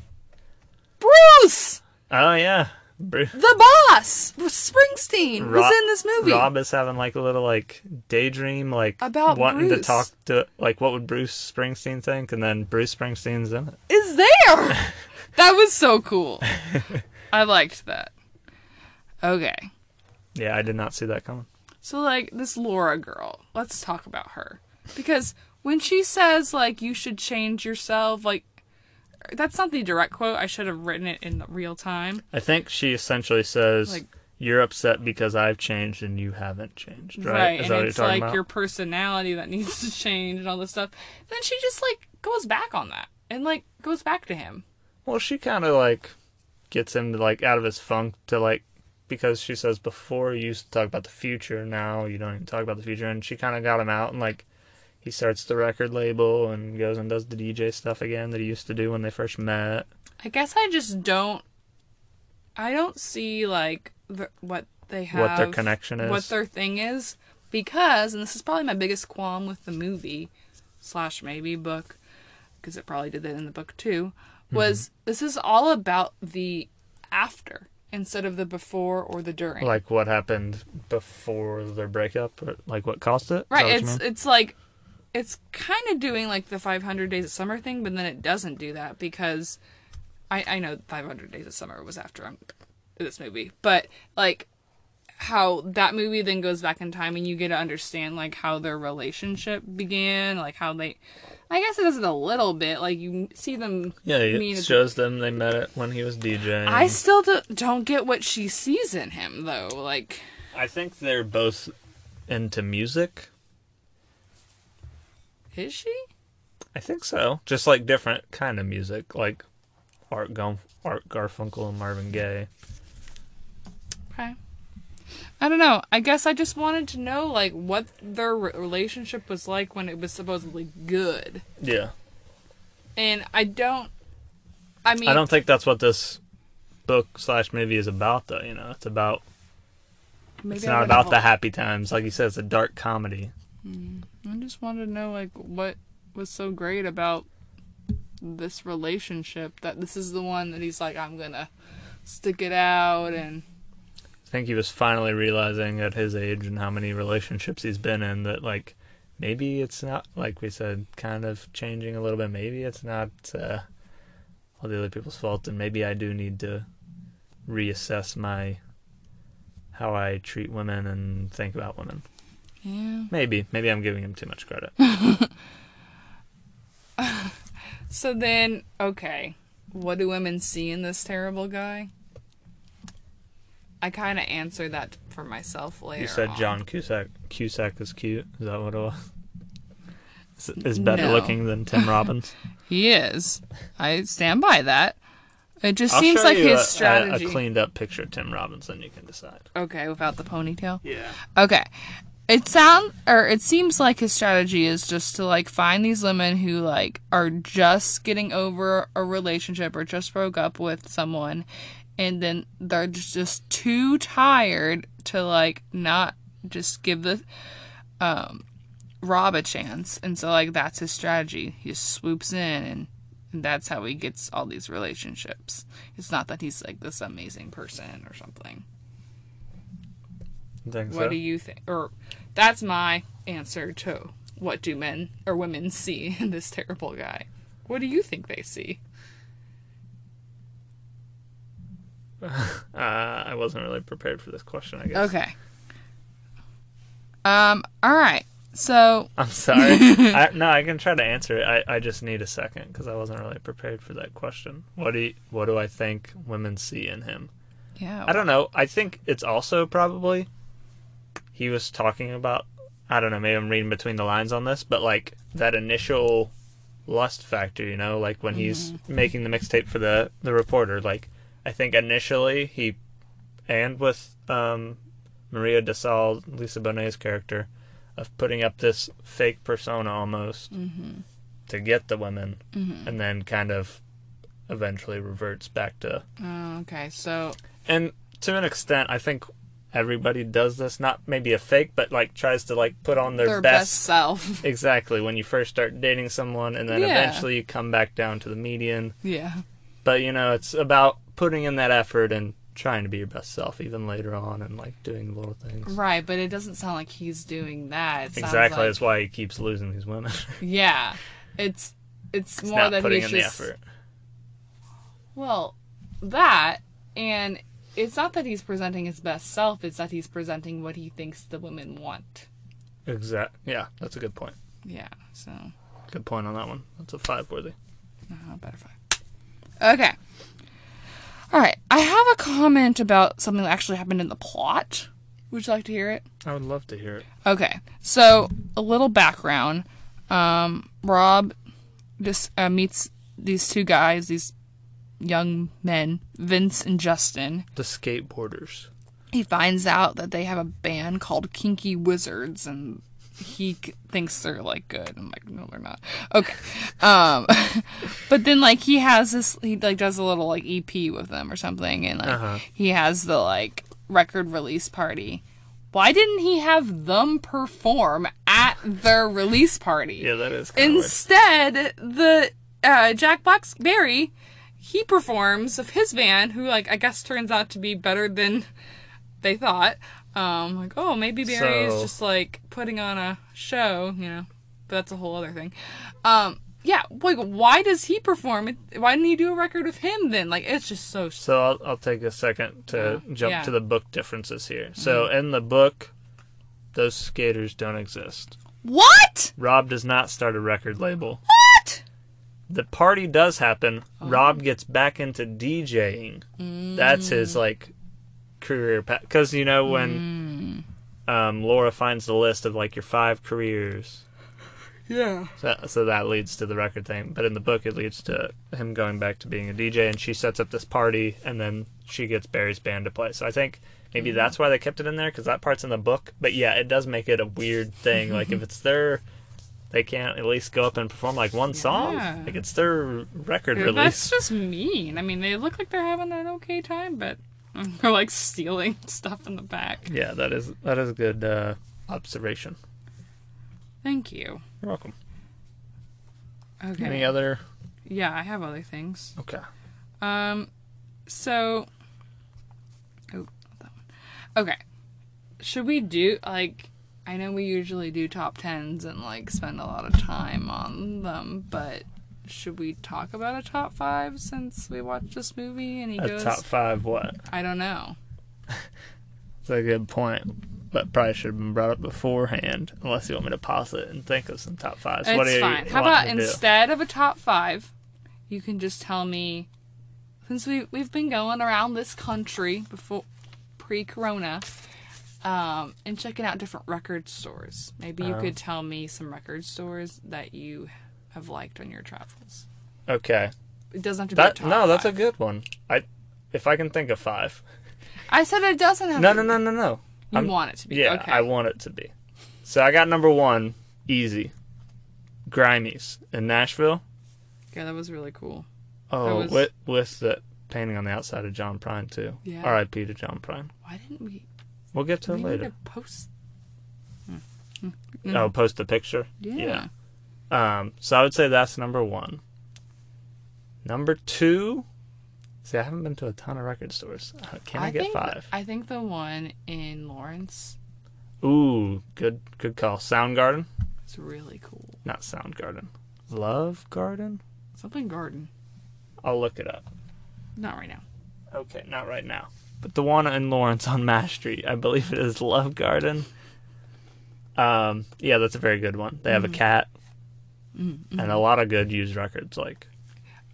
S2: Bruce,
S1: Oh yeah, Bru-
S2: the boss, Bruce Springsteen was
S1: Rob-
S2: in this movie.
S1: Rob is having like a little like daydream, like
S2: About
S1: wanting to
S2: Bruce.
S1: talk to like what would Bruce Springsteen think, and then Bruce Springsteen's in it.
S2: is there? <laughs> that was so cool. I liked that. Okay,
S1: Yeah, I did not see that coming.
S2: so like this Laura girl, let's talk about her because when she says like you should change yourself, like That's not the direct quote. I should have written it in real time.
S1: I think she essentially says,
S2: Like-
S1: "You're upset because I've changed and you haven't changed." Right? Is
S2: and
S1: that what you're
S2: it's
S1: talking
S2: like
S1: about?
S2: your personality that needs to change and all this stuff. Then she just like goes back on that and like goes back to him.
S1: Well, she kind of like gets him to like out of his funk to like because she says before you used to talk about the future, now you don't even talk about the future, and she kind of got him out and like he starts the record label and goes and does the DJ stuff again that he used to do when they first met.
S2: I guess I just don't. I don't see like the, what they have,
S1: What their connection is.
S2: what their thing is, because and this is probably my biggest qualm with the movie slash maybe book, because it probably did that in the book too. Was
S1: Mm-hmm.
S2: this is all about the after instead of the before or the during?
S1: Like what happened before their breakup, or like what caused it. Is that
S2: Right.
S1: what you
S2: It's
S1: mean?
S2: it's like it's kind of doing like the 500 days of summer thing, but then it doesn't do that because I I know 500 days of summer was after um, this movie, but like how that movie then goes back in time and you get to understand like how their relationship began, like how they I guess it does it a little bit. Like you see them
S1: yeah.
S2: I
S1: It
S2: mean, it's-
S1: shows them they met it when he was DJing.
S2: I still do, don't get what she sees in him though. Like
S1: I think they're both into music.
S2: is she?
S1: I think so. Just like different kind of music, like Art, Gun- Art Garfunkel and Marvin Gaye.
S2: Okay. I don't know. I guess I just wanted to know like what their re- relationship was like when it was supposedly good.
S1: Yeah,
S2: And I don't I mean
S1: I don't think that's what this book slash movie is about, though. You know, it's about
S2: maybe
S1: it's
S2: I
S1: not
S2: would
S1: about
S2: have-
S1: the happy times, like you said. It's a dark comedy.
S2: I just wanted to know like what was so great about this relationship that this is the one that he's like I'm going to stick it out and
S1: I think he was finally realizing at his age and how many relationships he's been in that like maybe it's not like we said kind of changing a little bit. Maybe it's not uh, all the other people's fault, and maybe I do need to reassess my how I treat women and think about women.
S2: yeah.
S1: Maybe, maybe I'm giving him too much
S2: <laughs>
S1: credit.
S2: So then okay, what do women see in this terrible guy? I kind of answered that for myself later.
S1: you said
S2: on.
S1: John Cusack Cusack is cute. Is that what it was? Is, is better
S2: No.
S1: looking than Tim Robbins?
S2: He is. I stand by that. It just
S1: I'll
S2: <laughs> seems
S1: show
S2: like
S1: you
S2: his
S1: a- a-
S2: strategy.
S1: a cleaned up picture of Tim Robbins, then you can decide.
S2: okay, without the ponytail.
S1: Yeah.
S2: Okay. It sound or it seems like his strategy is just to like find these women who like are just getting over a relationship or just broke up with someone and then they're just, just too tired to like not just give the um Rob a chance. And so like that's his strategy. He just swoops in and, and that's how he gets all these relationships. It's not that he's like this amazing person or something.
S1: You think
S2: What
S1: so?
S2: do you think? Or that's my answer to what do men or women see <laughs> in this terrible guy? What do you think they see?
S1: uh, I wasn't really prepared for this question, I guess.
S2: Okay. Um. All right. So
S1: I'm
S2: <laughs>
S1: sorry. I, no, I can try to answer it. I, I just need a second because I wasn't really prepared for that question. What do you, what do I think women see in him?
S2: yeah.
S1: I don't know. I think it's also probably he was talking about. I don't know. Maybe I'm reading between the lines on this, but like that initial lust factor, you know, like when he's making the mixtape for the the reporter. Like I think initially he and with um, Maria Desal, Lisa Bonet's character, of putting up this fake persona almost to get the women, and then kind of eventually reverts back to
S2: Oh, okay. So
S1: and to an extent i think everybody does this not maybe a fake but like tries to like put on their,
S2: their best,
S1: best,
S2: self. <laughs>
S1: exactly when you first start dating someone and then
S2: Yeah.
S1: eventually you come back down to the median
S2: yeah.
S1: but you know it's about putting in that effort and trying to be your best self even later on and like doing little things
S2: Right. But it doesn't sound like he's doing that. It sounds
S1: exactly
S2: Like,
S1: that's why he keeps losing these women <laughs>
S2: yeah. It's it's
S1: He's
S2: more
S1: not
S2: that
S1: putting
S2: he's
S1: in
S2: just
S1: the effort
S2: Well, that and it's not that he's presenting his best self, it's that he's presenting what he thinks the women want.
S1: exact yeah that's a good point
S2: Yeah, so
S1: good point on that one that's a five worthy
S2: uh, better five. Okay. All right. I have a comment about something that actually happened in the plot. Would you like to hear it?
S1: I would love to hear it.
S2: Okay. So, a little background. Um, Rob just uh, meets these two guys, these young men, Vince and Justin.
S1: The skateboarders.
S2: He finds out that they have a band called Kinky Wizards and he c- thinks they're like good. I'm like, no, they're not. Okay. Um, <laughs> but then like he has this, he like does a little like EP with them or something, and like
S1: Uh-huh.
S2: he has the like record release party. Why didn't he have them perform at their release party?
S1: Yeah, that is kind of
S2: Instead, the uh, Jack Black Barry, he performs of his band, who like I guess turns out to be better than they thought. Um, like oh maybe Barry
S1: So-
S2: is just like putting on a show, you know, but that's a whole other thing. Um, yeah, like why does he perform? it? Why didn't he do a record with him then? Like it's just so. s-
S1: So I'll, I'll take a second to
S2: Yeah.
S1: jump
S2: Uh, Yeah. Mm-hmm.
S1: to the book differences here. So in the book, those skaters don't exist.
S2: What?
S1: Rob does not start a record label.
S2: What? Oh.
S1: The party does happen. Rob gets back into DJing. That's
S2: Mm.
S1: his like career path. Because you know when
S2: Mm.
S1: um, Laura finds the list of like your five careers.
S2: Yeah.
S1: So, so that leads to the record thing. But in the book, it leads to him going back to being a DJ, and she sets up this party, and then she gets Barry's band to play. So I think maybe
S2: Mm-hmm.
S1: that's why they kept it in there, because that part's in the book. But yeah, it does make it a weird
S2: <laughs>
S1: thing. like, if it's their. They can't at least go up and perform like one song.
S2: Yeah.
S1: Like, it's their record
S2: That's
S1: release.
S2: just mean. I mean, they look like they're having an okay time, but <laughs> they're like stealing <laughs> stuff in the back.
S1: Yeah, that is that is a good uh, observation.
S2: Thank you.
S1: You're welcome.
S2: Okay.
S1: Any other?
S2: yeah, I have other things.
S1: Okay.
S2: Um, so, oh, not that one. Okay, should we do like? I know we usually do top tens and like spend a lot of time on them, but should we talk about a top five since we watched this movie and he
S1: A
S2: goes,
S1: top five what?
S2: I don't know.
S1: That's a good point, but probably should have been brought up beforehand. Unless you want me to pause it and think of some top fives. what
S2: it's
S1: do
S2: fine.
S1: You
S2: How
S1: want
S2: about
S1: me to do?
S2: instead of a top five, you can just tell me, since we we've been going around this country before pre-corona, um, and checking out different record stores. Maybe you
S1: Oh.
S2: could tell me some record stores that you have liked on your travels.
S1: Okay.
S2: It doesn't have to
S1: That
S2: be a top
S1: no, that's a
S2: five.
S1: good one. I if I can think of five.
S2: I said it doesn't have.
S1: No,
S2: to
S1: no, no, no, no.
S2: You
S1: I'm-
S2: want it to be.
S1: Yeah,
S2: Okay.
S1: I want it to be. So I got number one, easy. Grimies in Nashville.
S2: yeah, that was really cool.
S1: Oh,
S2: was-
S1: with with the painting on the outside of John Prine too.
S2: Yeah.
S1: R.I.P. to John Prine.
S2: Why didn't we?
S1: We'll get to
S2: we
S1: it
S2: need
S1: later.
S2: to post.
S1: Oh, post the picture.
S2: Yeah.
S1: Um, so I would say that's number one. Number two, see, I haven't been to a ton of record stores. Uh, Can I, get
S2: think
S1: five?
S2: I think the one in Lawrence
S1: Ooh, good, good call. Soundgarden,
S2: is really cool.
S1: not Soundgarden. Love Garden.
S2: Something garden.
S1: I'll look it up.
S2: Not right now.
S1: Okay, not right now. But the one in Lawrence on Mash Street, I believe it is Love Garden. Um, yeah, that's a very good one. They have
S2: Mm-hmm.
S1: a cat, and a lot of good used records. Like,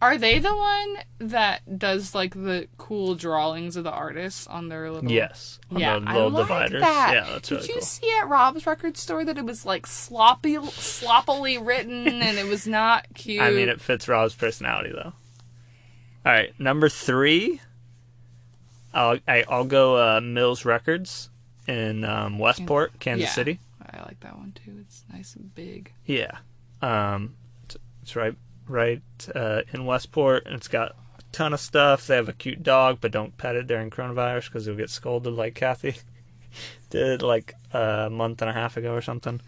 S2: Are they the one that does like the cool drawings of the artists on their little?
S1: yes, on
S2: Mm-hmm. Yeah,
S1: the
S2: I
S1: little
S2: like
S1: dividers.
S2: that.
S1: Yeah, that's really
S2: Did you
S1: cool.
S2: see at Rob's record store that it was like sloppy,
S1: <laughs>
S2: sloppily written, and it was not cute?
S1: I mean, it fits Rob's personality though. All right, number three. I'll I, I'll go uh, Mills Records in um, Westport, Kansas
S2: Yeah.
S1: City.
S2: I like that one too. It's nice and big.
S1: Yeah, um, it's, it's right right uh, in Westport, and it's got a ton of stuff. They have a cute dog, but don't pet it during coronavirus because you'll get scolded like Kathy <laughs> did like a month and a half ago or something.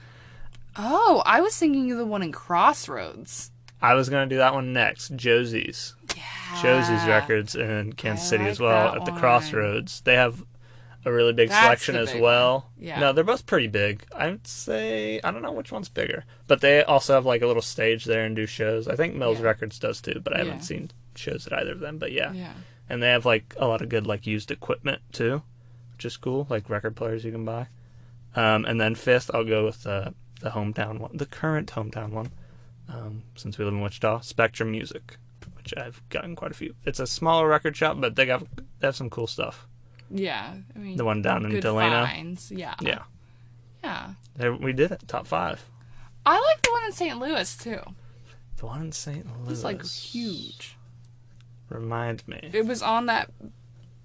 S2: Oh, I was thinking of the one in Crossroads.
S1: I was gonna do that one next, Josie's.
S2: Yeah.
S1: Josie's Records in Kansas
S2: I
S1: City as
S2: like
S1: well
S2: that
S1: at the
S2: one.
S1: Crossroads. They have a really big
S2: That's
S1: selection
S2: the
S1: as
S2: big
S1: well.
S2: one. Yeah.
S1: No, they're both pretty big. I'd say I don't know which one's bigger, but they also have like a little stage there and do shows. I think Mills
S2: Yeah.
S1: Records does too, but I
S2: Yeah.
S1: haven't seen shows at either of them. But yeah.
S2: Yeah.
S1: and they have like a lot of good like used equipment too, which is cool. Like record players you can buy. Um, and then fifth, I'll go with uh, the hometown one, the current hometown one, um, since we live in Wichita, Spectrum Music, which I've gotten quite a few. It's a smaller record shop, but they got they have some cool stuff.
S2: Yeah. I mean,
S1: The one down in
S2: good
S1: Delano.
S2: finds. Yeah.
S1: Yeah,
S2: Yeah.
S1: There- we did it. Top five.
S2: I like the one in St. Louis too.
S1: The one in St. Louis.
S2: It was like huge.
S1: Reminds me.
S2: It was on that,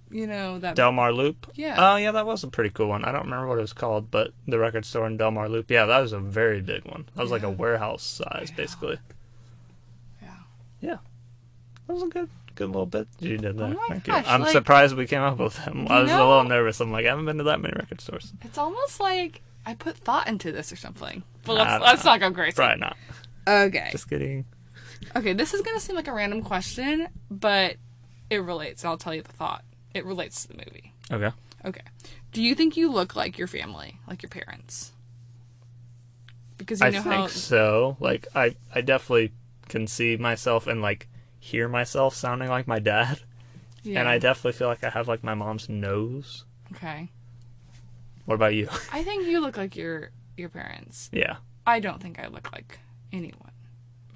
S2: you know, that.
S1: Delmar Loop.
S2: yeah.
S1: Oh yeah, that was a pretty cool one. I don't remember what it was called, but the record store in Delmar Loop. Yeah, that was a very big one. That was like a
S2: Yeah.
S1: warehouse size,
S2: Yeah.
S1: basically.
S2: Yeah. Oh
S1: Yeah. That was a good, good little bit you did there.
S2: my
S1: Thank
S2: gosh,
S1: you. I'm
S2: like-
S1: surprised we came up with them. I was a
S2: No.
S1: little nervous. I'm like, I haven't been to that many record stores.
S2: It's almost like I put thought into this or something. But
S1: I
S2: let's,
S1: don't
S2: let's
S1: know.
S2: not go crazy.
S1: Probably not.
S2: Okay.
S1: Just kidding.
S2: Okay, this is gonna seem like a random question, but it relates, and I'll tell you the thought. It relates to the movie.
S1: Okay.
S2: Okay. Do you think you look like your family, like your parents? Because you
S1: I
S2: know
S1: think
S2: how
S1: so. Like, I, I definitely can see myself and like hear myself sounding like my dad,
S2: yeah.
S1: and I definitely feel like I have like my mom's nose.
S2: Okay.
S1: What about you?
S2: I think you look like your your parents.
S1: yeah.
S2: I don't think I look like anyone.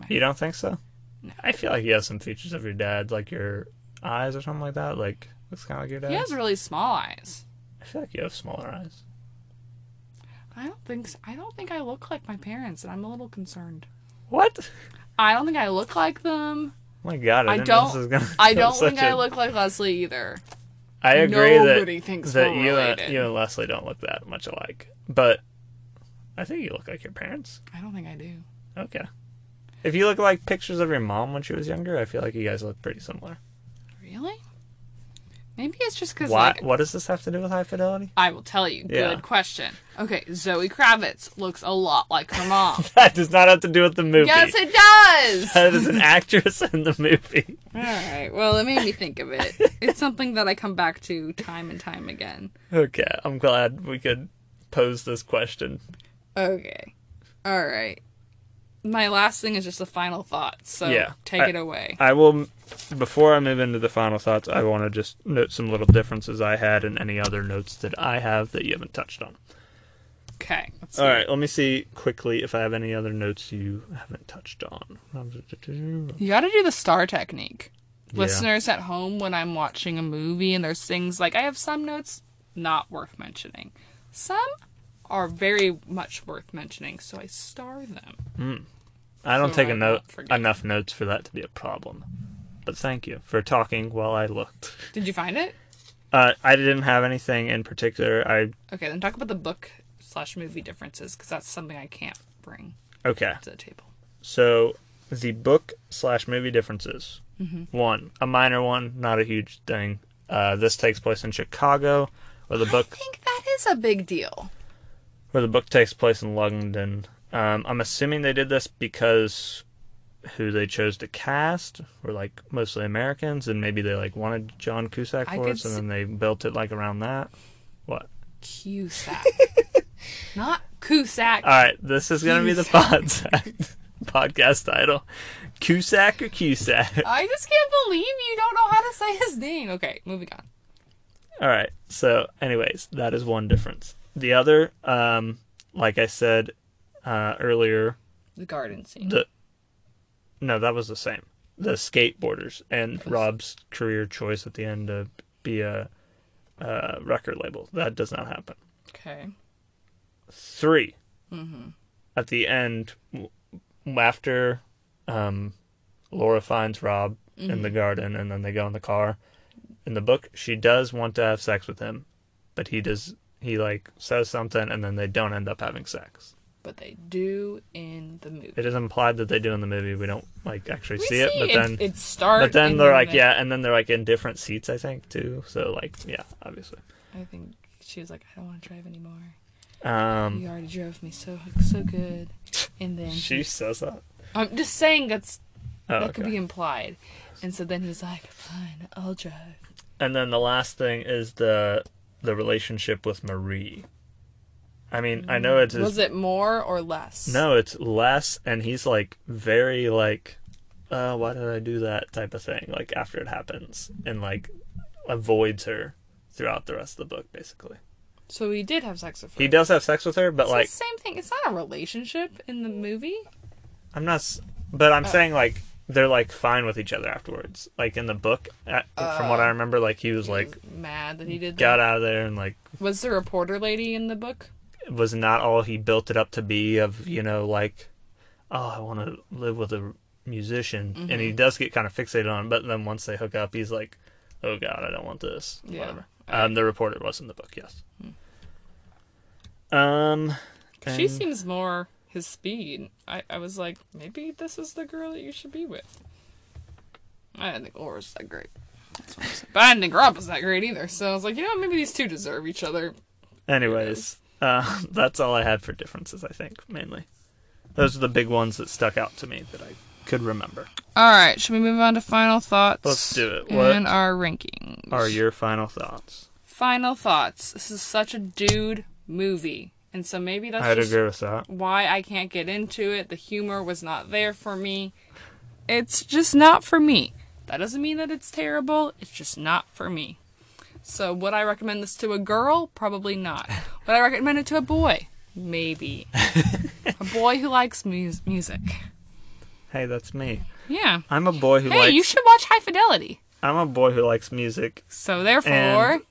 S1: You don't think so?
S2: No.
S1: I feel like you have some features of your dad, like your eyes or something like that. Like looks kind of like your dad.
S2: He has really small eyes.
S1: I feel like you have smaller eyes.
S2: I don't think so. I don't think I look like my parents, and I'm a little concerned.
S1: What?
S2: I don't think I look like them.
S1: Oh my God! I,
S2: I
S1: didn't know
S2: don't.
S1: This was gonna
S2: I
S1: go
S2: don't
S1: such
S2: think
S1: a-
S2: I look like Leslie either.
S1: I agree
S2: Nobody
S1: that
S2: thinks
S1: that
S2: we're
S1: you
S2: related.
S1: and, you and Leslie don't look that much alike, but I think you look like your parents.
S2: I don't think I do.
S1: Okay. If you look like pictures of your mom when she was younger, I feel like you guys look pretty similar.
S2: Really? Maybe it's just because
S1: Why?
S2: like
S1: what does this have to do with high fidelity? <laughs>
S2: I will tell you.
S1: Yeah.
S2: Good question. Okay, Zoe Kravitz looks a lot like her
S1: <laughs>
S2: mom.
S1: That does not have to do with the movie.
S2: yes, it
S1: <laughs>
S2: does.
S1: that is an actress in the movie.
S2: All right. Well, it made me think of it. It's something that I come back to time and time again.
S1: Okay, I'm glad we could pose this question.
S2: Okay. All right. My last thing is just a final thought. So
S1: Yeah.
S2: take
S1: I-
S2: it away.
S1: I will, before I move into the final thoughts, I want to just note some little differences I had and any other notes that I have that you haven't touched on.
S2: Okay. Let's
S1: All right, let me see quickly if I have any other notes you haven't touched on.
S2: You got to do the star technique.
S1: Yeah.
S2: Listeners at home, when I'm watching a movie and there's things like I have some notes not worth mentioning, some are very much worth mentioning, so I star them.
S1: I don't
S2: So
S1: take
S2: I
S1: a note,
S2: won't forget.
S1: enough notes for that to be a problem. But thank you for talking while I looked.
S2: Did you find it?
S1: Uh, I didn't have anything in particular. I
S2: Okay, then talk about the book slash movie differences because that's something I can't bring
S1: okay.
S2: to the table.
S1: So the book slash movie differences.
S2: Mm-hmm.
S1: One, a minor one, not a huge thing. Uh, this takes place in Chicago, where the book
S2: I think that is a big deal.
S1: where the book takes place in London. Um, I'm assuming they did this because who they chose to cast were like mostly Americans, and maybe they like wanted John Cusack
S2: I
S1: for
S2: could
S1: it, and
S2: s-
S1: then they built it like around that. What? <laughs>
S2: Cusack, not Cusack.
S1: All right, this is gonna be the pod <laughs> podcast title: Cusack or Cusack.
S2: I just can't believe you don't know how to say his name. Okay, moving on.
S1: All right. So, anyways, that is one difference. The other, um, like I said uh, earlier,
S2: The garden scene.
S1: the no, that was the same. The skateboarders and Rob's career choice at the end to be a uh, record label. That does not happen.
S2: okay.
S1: 3
S2: Mm-hmm.
S1: at the end w- after um, Laura finds Rob in the
S2: Mm-hmm.
S1: garden, and then they go in the car. In the book, she does want to have sex with him, but he does. He like says something, and then they don't end up having sex.
S2: but they do in the movie.
S1: It is implied that they do in the movie. We don't like actually
S2: We
S1: see, it, but then
S2: it starts.
S1: but then they're like yeah, and then they're like in different seats, I think too. So like yeah, obviously.
S2: I think she was like, I don't want to drive anymore.
S1: Um,
S2: You already drove me so so good, and then
S1: she says that.
S2: I'm just saying that's
S1: Oh,
S2: that
S1: okay.
S2: could be implied. And so then he's like, fine, I'll drive.
S1: and then the last thing is the the relationship with Marie. I mean, I know it's his,
S2: Was it more or less?
S1: no, it's less, and he's like very like, uh, why did I do that type of thing? Like after it happens, and like avoids her throughout the rest of the book. Basically,
S2: So he did have sex with her.
S1: he does have sex with her, but
S2: It's
S1: like
S2: the same thing. It's not a relationship in the movie. Oh.
S1: I'm not, s- but I'm saying like they're like fine with each other afterwards. Like in the book, at, from
S2: Uh.
S1: what I remember, like he was like
S2: mad that he did that.
S1: got out of there and like
S2: Was the reporter lady in the book?
S1: was not all he built it up to be of you know like oh i want to live with a musician and
S2: Mm-hmm.
S1: he does get kind of fixated on it but then once they hook up he's like oh god i don't want this
S2: Yeah.
S1: whatever
S2: Alright.
S1: um the reporter was in the book yes um
S2: Hmm. She
S1: and-
S2: seems more his speed. I, I was like, maybe this is the girl that you should be with. I didn't think Laura was that great. That's what I'm saying. But I didn't think Rob was that great either. So I was like, you know, maybe these two deserve each other.
S1: anyways uh <laughs> that's all i had for differences i think mainly those are the big ones that stuck out to me that i could remember
S2: All right, should we move on to final thoughts?
S1: Let's do it. What
S2: And our rankings.
S1: are your final thoughts
S2: final thoughts? This is such a dude movie, and so maybe that's
S1: i'd
S2: just
S1: agree with that
S2: why I can't get into it. The humor was not there for me. It's just not for me. That doesn't mean that it's terrible. It's just not for me. So would I recommend this to a girl? Probably not.
S1: <laughs>
S2: Would I recommend it to a boy? Maybe. a boy who likes mu- music.
S1: hey that's me
S2: Yeah.
S1: i'm a boy who
S2: Hey,
S1: likes
S2: you should watch High Fidelity.
S1: i'm a boy who likes music
S2: So therefore,
S1: And-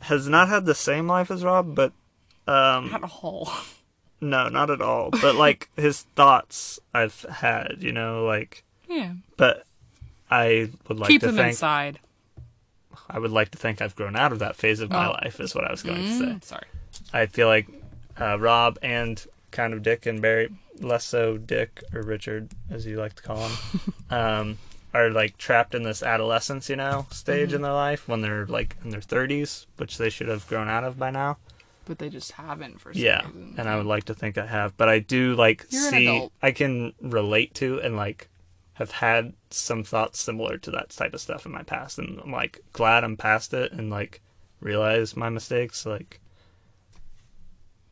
S1: has not had the same life as Rob, but um
S2: not a whole.
S1: no, not at all.
S2: <laughs>
S1: But like his thoughts I've had, you know, like
S2: Yeah.
S1: but I would like
S2: Keep
S1: to
S2: them
S1: think
S2: inside.
S1: I would like to think I've grown out of that phase of my
S2: Oh.
S1: life is what I was going to say.
S2: Mm, sorry.
S1: I feel like uh, Rob and kind of Dick and Barry, less so Dick or Richard, as you like to call
S2: <laughs>
S1: him, um, are like trapped in this adolescence, you know,
S2: Mm-hmm.
S1: stage in their life when they're like in their 30s, which they should have grown out of by now.
S2: But they just haven't for some
S1: Yeah,
S2: reason.
S1: and I would like to think I have, but I do like
S2: You're an
S1: see
S2: adult.
S1: I can relate to and like have had some thoughts similar to that type of stuff in my past, and I'm like glad I'm past it and like realize my mistakes. Like,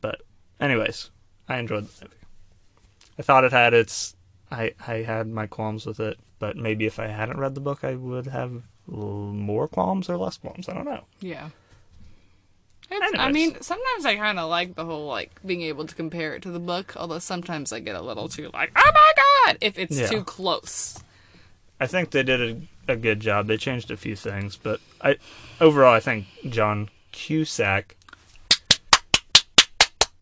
S1: but anyways, I enjoyed the movie. I thought it had its I I had my qualms with it, but maybe if I hadn't read the book, I would have l- more qualms or less qualms. I don't know.
S2: Yeah. It's, I
S1: Anyways.
S2: mean, sometimes I kind of like the whole like being able to compare it to the book, although sometimes I get a little too like, oh my god, if it's
S1: Yeah.
S2: too close.
S1: I think they did a, a good job. They changed a few things, but I overall I think John Cusack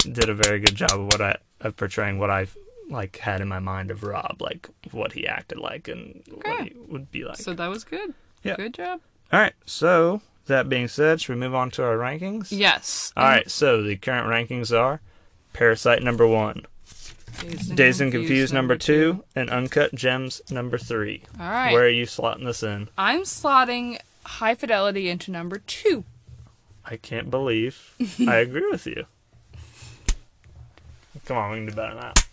S1: did a very good job of what I of portraying what I've like had in my mind of Rob, like what he acted like and what
S2: Okay.
S1: he would be like.
S2: So that was good.
S1: Yeah.
S2: Good job.
S1: All right. So that being said, should we move on to our rankings?
S2: Yes.
S1: All right. So the current rankings are Parasite number one, Dazed and Confused number two, and Uncut Gems number three.
S2: All right.
S1: Where are you slotting this in?
S2: I'm slotting High Fidelity into number two.
S1: I can't believe I agree with you. Come on, we can do better than that.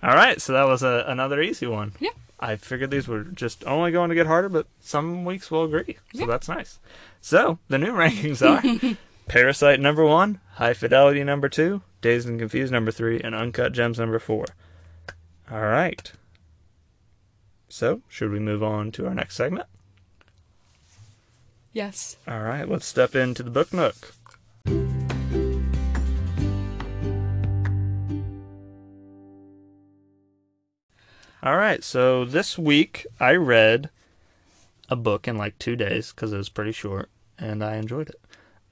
S1: All right, so that was a, another easy one.
S2: Yeah.
S1: I figured these were just only going to get harder, but some weeks we'll agree. So
S2: Yeah.
S1: that's nice. So the new <laughs> rankings are Parasite number one, High Fidelity number two, Dazed and Confused number three, and Uncut Gems number four. All right. So should we move on to our next segment?
S2: Yes.
S1: All right, let's step into the book nook. All right, so this week I read a book in like two days because it was pretty short, and I enjoyed it.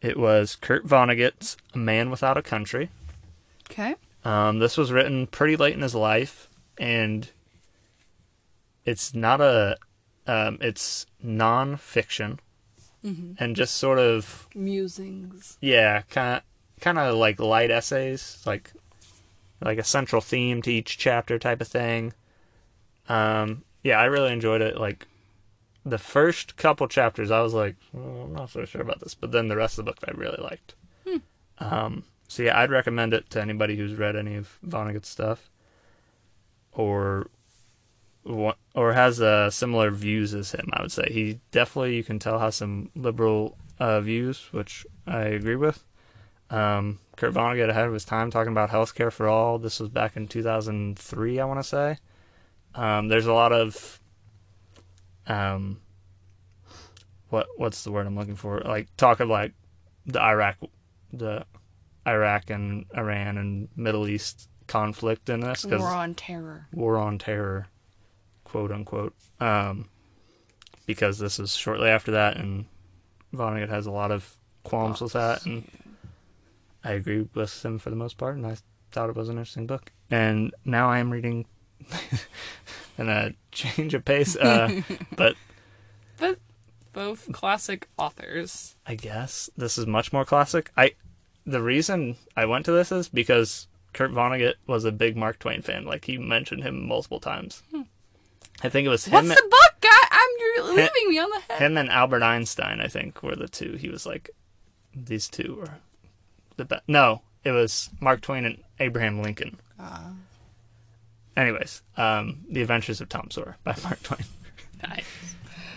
S1: It was Kurt Vonnegut's A Man Without a Country.
S2: Okay.
S1: Um, this was written pretty late in his life, and it's not a um, it's nonfiction, and just sort of
S2: Musings.
S1: yeah, kind kind of like light essays, like like a central theme to each chapter type of thing. Um, yeah, I really enjoyed it. Like the first couple chapters, I was like, "Oh, I'm not so sure about this, but then the rest of the book I really liked. Um, so yeah, I'd recommend it to anybody who's read any of Vonnegut's stuff, or wa- or has uh, similar views as him. I would say he definitely you can tell has some liberal uh, views, which I agree with. Um, Kurt Vonnegut ahead of his time talking about healthcare for all. This was back in 2003, I want to say. Um, there's a lot of um, what what's the word I'm looking for? Like talk of like the Iraq, the Iraq and Iran and Middle East conflict in this
S2: War
S1: because
S2: on Terror.
S1: war on terror, quote unquote, um, because this is shortly after that, and Vonnegut has a lot of qualms with that, and I agree with him for the most part, and I thought it was an interesting book. And now I am reading <laughs> in a change of pace,
S2: <laughs>
S1: uh, but
S2: But both classic authors.
S1: I guess this is much more classic. I the reason I went to this is because Kurt Vonnegut was a big Mark Twain fan. Like he mentioned him multiple times. I think it was
S2: Hmm. What's
S1: him.
S2: the book, guy? I'm you're
S1: Him-
S2: leaving me on the head.
S1: him and Albert Einstein, I think, were the two. He was like, these two were the best. No, it was Mark Twain and Abraham Lincoln.
S2: Ah.
S1: Anyways, um, The Adventures of Tom Sawyer by Mark Twain.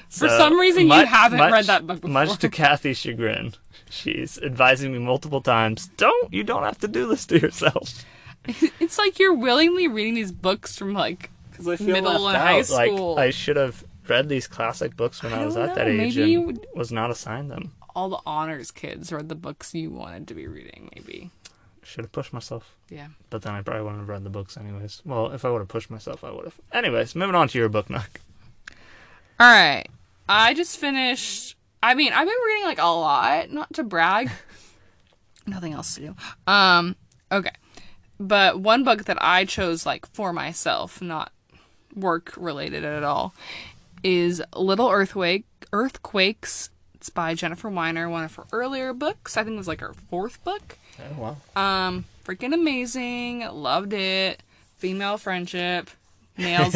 S2: For
S1: So,
S2: some reason,
S1: mu-
S2: you haven't
S1: much-
S2: read that book before.
S1: Much to Kathy's chagrin, she's advising me multiple times, "Don't you don't have to do this to
S2: <laughs>
S1: yourself."
S2: <laughs> it's like you're willingly reading these books from like
S1: Because I
S2: feel Middle left and high out. school.
S1: Like I should have read these classic books when I,
S2: I
S1: was
S2: don't
S1: at that
S2: know,
S1: age
S2: maybe
S1: and
S2: you would-
S1: was not assigned them.
S2: all the honors kids read the books you wanted to be reading. Maybe,
S1: Should have pushed myself,
S2: yeah.
S1: but then I probably wouldn't have read the books anyways. Well, if I would have pushed myself, I would have. Anyways, moving on to your book, knock.
S2: All right. I just finished. I mean, I've been reading like a lot, not to brag. <laughs> Nothing else to do. Um, okay. But one book that I chose like for myself, not work related at all, is Little Earthquake Earthquakes. It's by Jennifer Weiner, one of her earlier books. I think it was like her fourth book.
S1: Oh wow.
S2: Um, freaking amazing. Loved it. Female friendship. Nails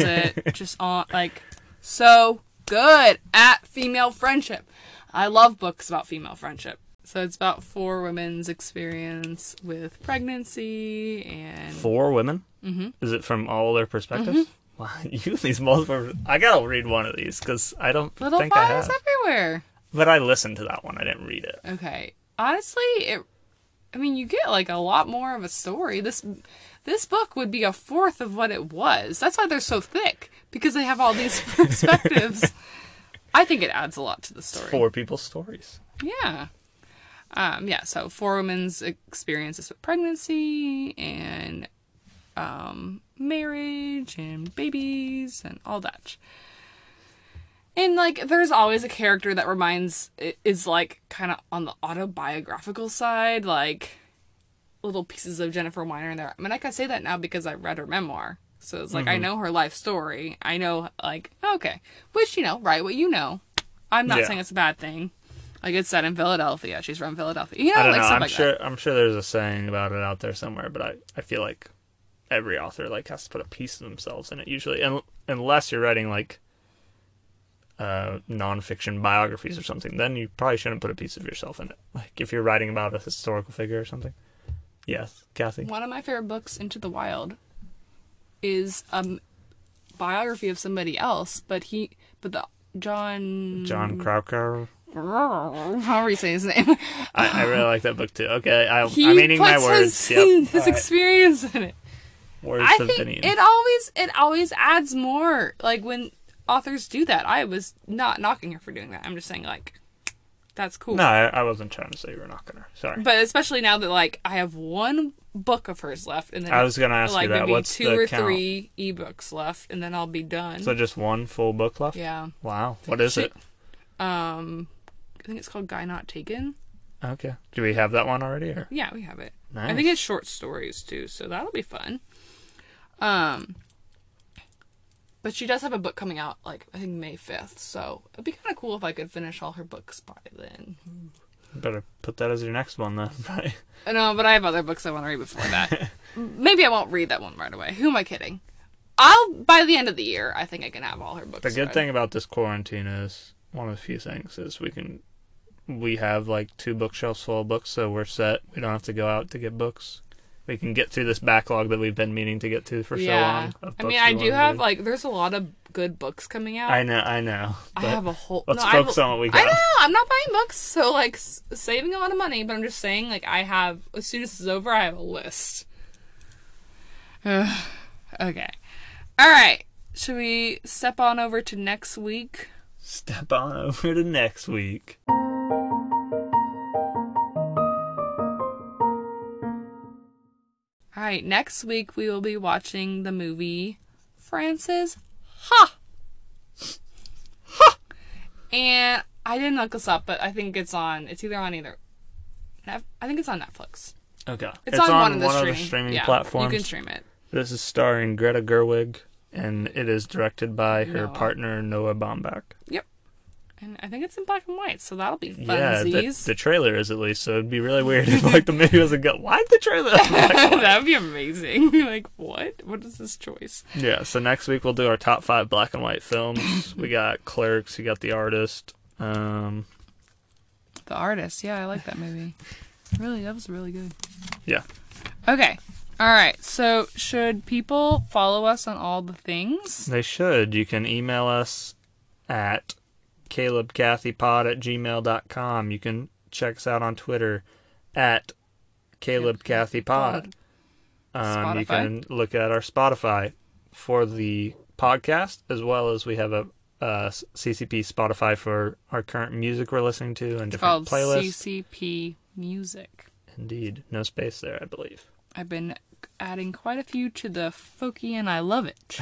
S1: <laughs>
S2: it. Just on like so good at female friendship. I love books about female friendship. So it's about four women's experience with pregnancy and
S1: Four women. Mm-hmm. Is it from all their perspectives? Wow, <laughs> you these multiple. I gotta read one of these because I don't
S2: little
S1: think I
S2: fires
S1: have.
S2: everywhere.
S1: But I listened to that one. I didn't read it.
S2: Okay. Honestly, it I mean, you get like a lot more of a story. This this book would be a fourth of what it was. That's why they're so thick because they have all these <laughs> perspectives. I think it adds a lot to the story.
S1: Four people's stories.
S2: Yeah. Um, yeah, so four women's experiences with pregnancy and um, marriage and babies and all that. And like, there's always a character that reminds i- is like kind of on the autobiographical side, like little pieces of Jennifer Weiner in there. I mean, I can say that now because I read her memoir, so it's
S1: Mm-hmm.
S2: like I know her life story. I know like okay, which you know, write what you know. I'm not
S1: Yeah.
S2: saying it's a bad thing. Like it's set in Philadelphia. She's from Philadelphia. You know,
S1: I don't
S2: like
S1: know.
S2: stuff
S1: I'm
S2: like
S1: sure.
S2: that.
S1: I'm sure there's a saying about it out there somewhere, but I, I feel like every author like has to put a piece of themselves in it usually, un- unless you're writing like uh, nonfiction biographies or something. Then you probably shouldn't put a piece of yourself in it. Like if you're writing about a historical figure or something. Yes, Kathy.
S2: One of my favorite books, Into the Wild, is um biography of somebody else, but he, but the
S1: <laughs>
S2: John.
S1: John Crowker.
S2: However you say
S1: <laughs>
S2: his name.
S1: I, I really like that book too. Okay, I,
S2: He
S1: I'm eating
S2: puts
S1: my words.
S2: his,
S1: Yep.
S2: <laughs> his
S1: All right.
S2: experience in it.
S1: Words
S2: I
S1: of
S2: think
S1: Finian.
S2: it always it always adds more. Like when authors do that, I was not knocking her for doing that. I'm just saying like that's cool.
S1: No, I, I wasn't trying to say you were not gonna. Sorry.
S2: But especially now that like I have one book of hers left, and then
S1: I was gonna ask
S2: like
S1: you that.
S2: maybe
S1: What's
S2: two
S1: the
S2: or
S1: count?
S2: three ebooks left, and then I'll be done.
S1: So just one full book left.
S2: yeah,
S1: Wow. What is
S2: She-
S1: it?
S2: um, I think it's called Guy Not Taken.
S1: Okay. Do we have that one already? Or?
S2: Yeah, we have it. I
S1: Nice.
S2: think it's short stories too, so that'll be fun. Um, but she does have a book coming out like I think May fifth, so it'd be kind of cool if I could finish all her books by then.
S1: Better put that as your next one <laughs> then, right?
S2: No, but I have other books I want to read
S1: <laughs>
S2: before that. Maybe I won't read that one right away. Who am I kidding? I'll by the end of the year, I think I can have all her books.
S1: The good
S2: read.
S1: thing about this quarantine is one of the few things is we can we have like two bookshelves full of books, so we're set. We don't have to go out to get books. We can get through this backlog that we've been meaning to get to for so long. of
S2: I
S1: books
S2: mean,
S1: we
S2: I
S1: wanted
S2: do
S1: to
S2: have
S1: read.
S2: like there's a lot of good books coming out.
S1: I know, I know.
S2: I
S1: but
S2: have a whole.
S1: let's
S2: no,
S1: focus
S2: I have,
S1: on what we
S2: I
S1: got.
S2: know I'm not buying books, so like s- saving a lot of money. But I'm just saying, like I have as soon as this is over, I have a list. <sighs> Ugh. okay, all right. Should we step on over to next week?
S1: Step on over to next week.
S2: All right, next week we will be watching the movie Frances Ha. And I didn't look this up, but I think it's on. It's either on either. Nef- I think it's on Netflix.
S1: Okay.
S2: It's, on, one of the streaming, yeah,
S1: platforms.
S2: You can stream it.
S1: This is starring Greta Gerwig, and it is directed by her
S2: Noah.
S1: partner Noah Baumbach.
S2: And I think it's in black and white, so that'll be fun.
S1: Yeah, the,
S2: <laughs> z's.
S1: the trailer is at least, so it'd be really weird <laughs> if like the movie was a gut. Why'd the trailer?
S2: <laughs> that would be amazing. <laughs> like, what? What is this choice?
S1: yeah, so next week we'll do our top five black and white films. we got Clerks, we got The Artist. Um,
S2: The Artist. Yeah, I like that <laughs> movie. Really, that was really good.
S1: yeah,
S2: Okay. All right. So, should people follow us on all the things?
S1: they should. You can email us at calebcathypod at gmail.com. You can check us out on Twitter at calebcathypod. Um, you
S2: Spotify.
S1: can look at our Spotify for the podcast, as well as we have a, uh CCP Spotify for our current music we're listening to and
S2: It's
S1: different
S2: called
S1: playlists.
S2: CCP Music.
S1: Indeed, no space there, I believe.
S2: I've been adding quite a few to the folky and I love it.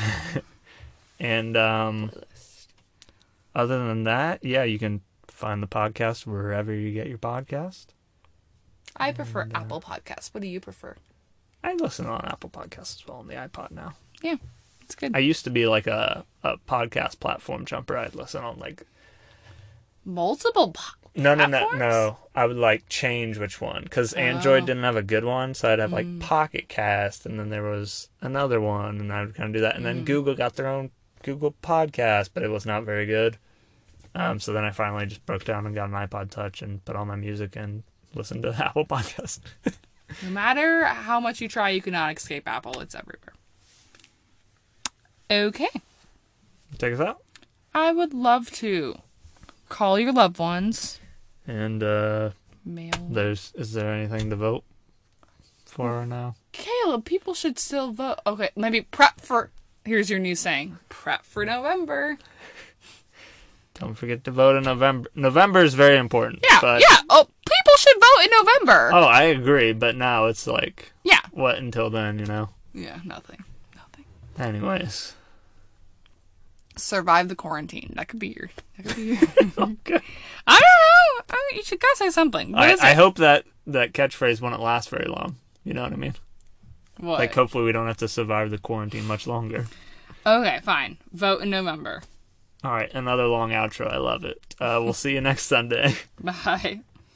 S1: And um, other than that, yeah, you can find the podcast wherever you get your podcast.
S2: I prefer Apple Podcasts. What do you prefer?
S1: I listen on Apple Podcasts as well on the iPod now.
S2: Yeah, it's good.
S1: I used to be like a, a podcast platform jumper. I'd listen on like
S2: Multiple po-
S1: No, no, no,
S2: platforms?
S1: no. I would like change which one because
S2: Oh.
S1: Android didn't have a good one, so I'd have
S2: Hmm.
S1: like Pocket Cast, and then there was another one, and I would kind of do that. And
S2: Hmm.
S1: then Google got their own Google Podcast, but it was not very good. Um, so then I finally just broke down and got an iPod Touch and put all my music and listened to <laughs> the Apple Podcast.
S2: No matter how much you try, you cannot escape Apple. It's everywhere. Okay.
S1: Take us out
S2: I would love to call your loved ones.
S1: and uh,
S2: Mail.
S1: there's is there anything to vote
S2: Hmm.
S1: for now?
S2: Caleb, people should still vote. Okay, maybe prep for. Here's your new saying prep for November.
S1: Don't forget to vote in November. November is very important.
S2: Yeah,
S1: but,
S2: yeah. Oh, people should vote in November.
S1: Oh, I agree, but now it's like
S2: yeah.
S1: what until then, you know?
S2: Yeah, nothing. Nothing.
S1: Anyways.
S2: Survive the quarantine. That could be your. That could be
S1: <laughs>
S2: your.
S1: Okay.
S2: I don't know. I you should gotta say something. What
S1: I,
S2: is
S1: I
S2: it?
S1: hope that that catchphrase wouldn't last very long. You know what I mean?
S2: What?
S1: Like, hopefully, we don't have to survive the quarantine much longer.
S2: okay, fine. Vote in November. <laughs>
S1: All right, another long outro. I love it. Uh, we'll see you next Sunday. <laughs>
S2: Bye.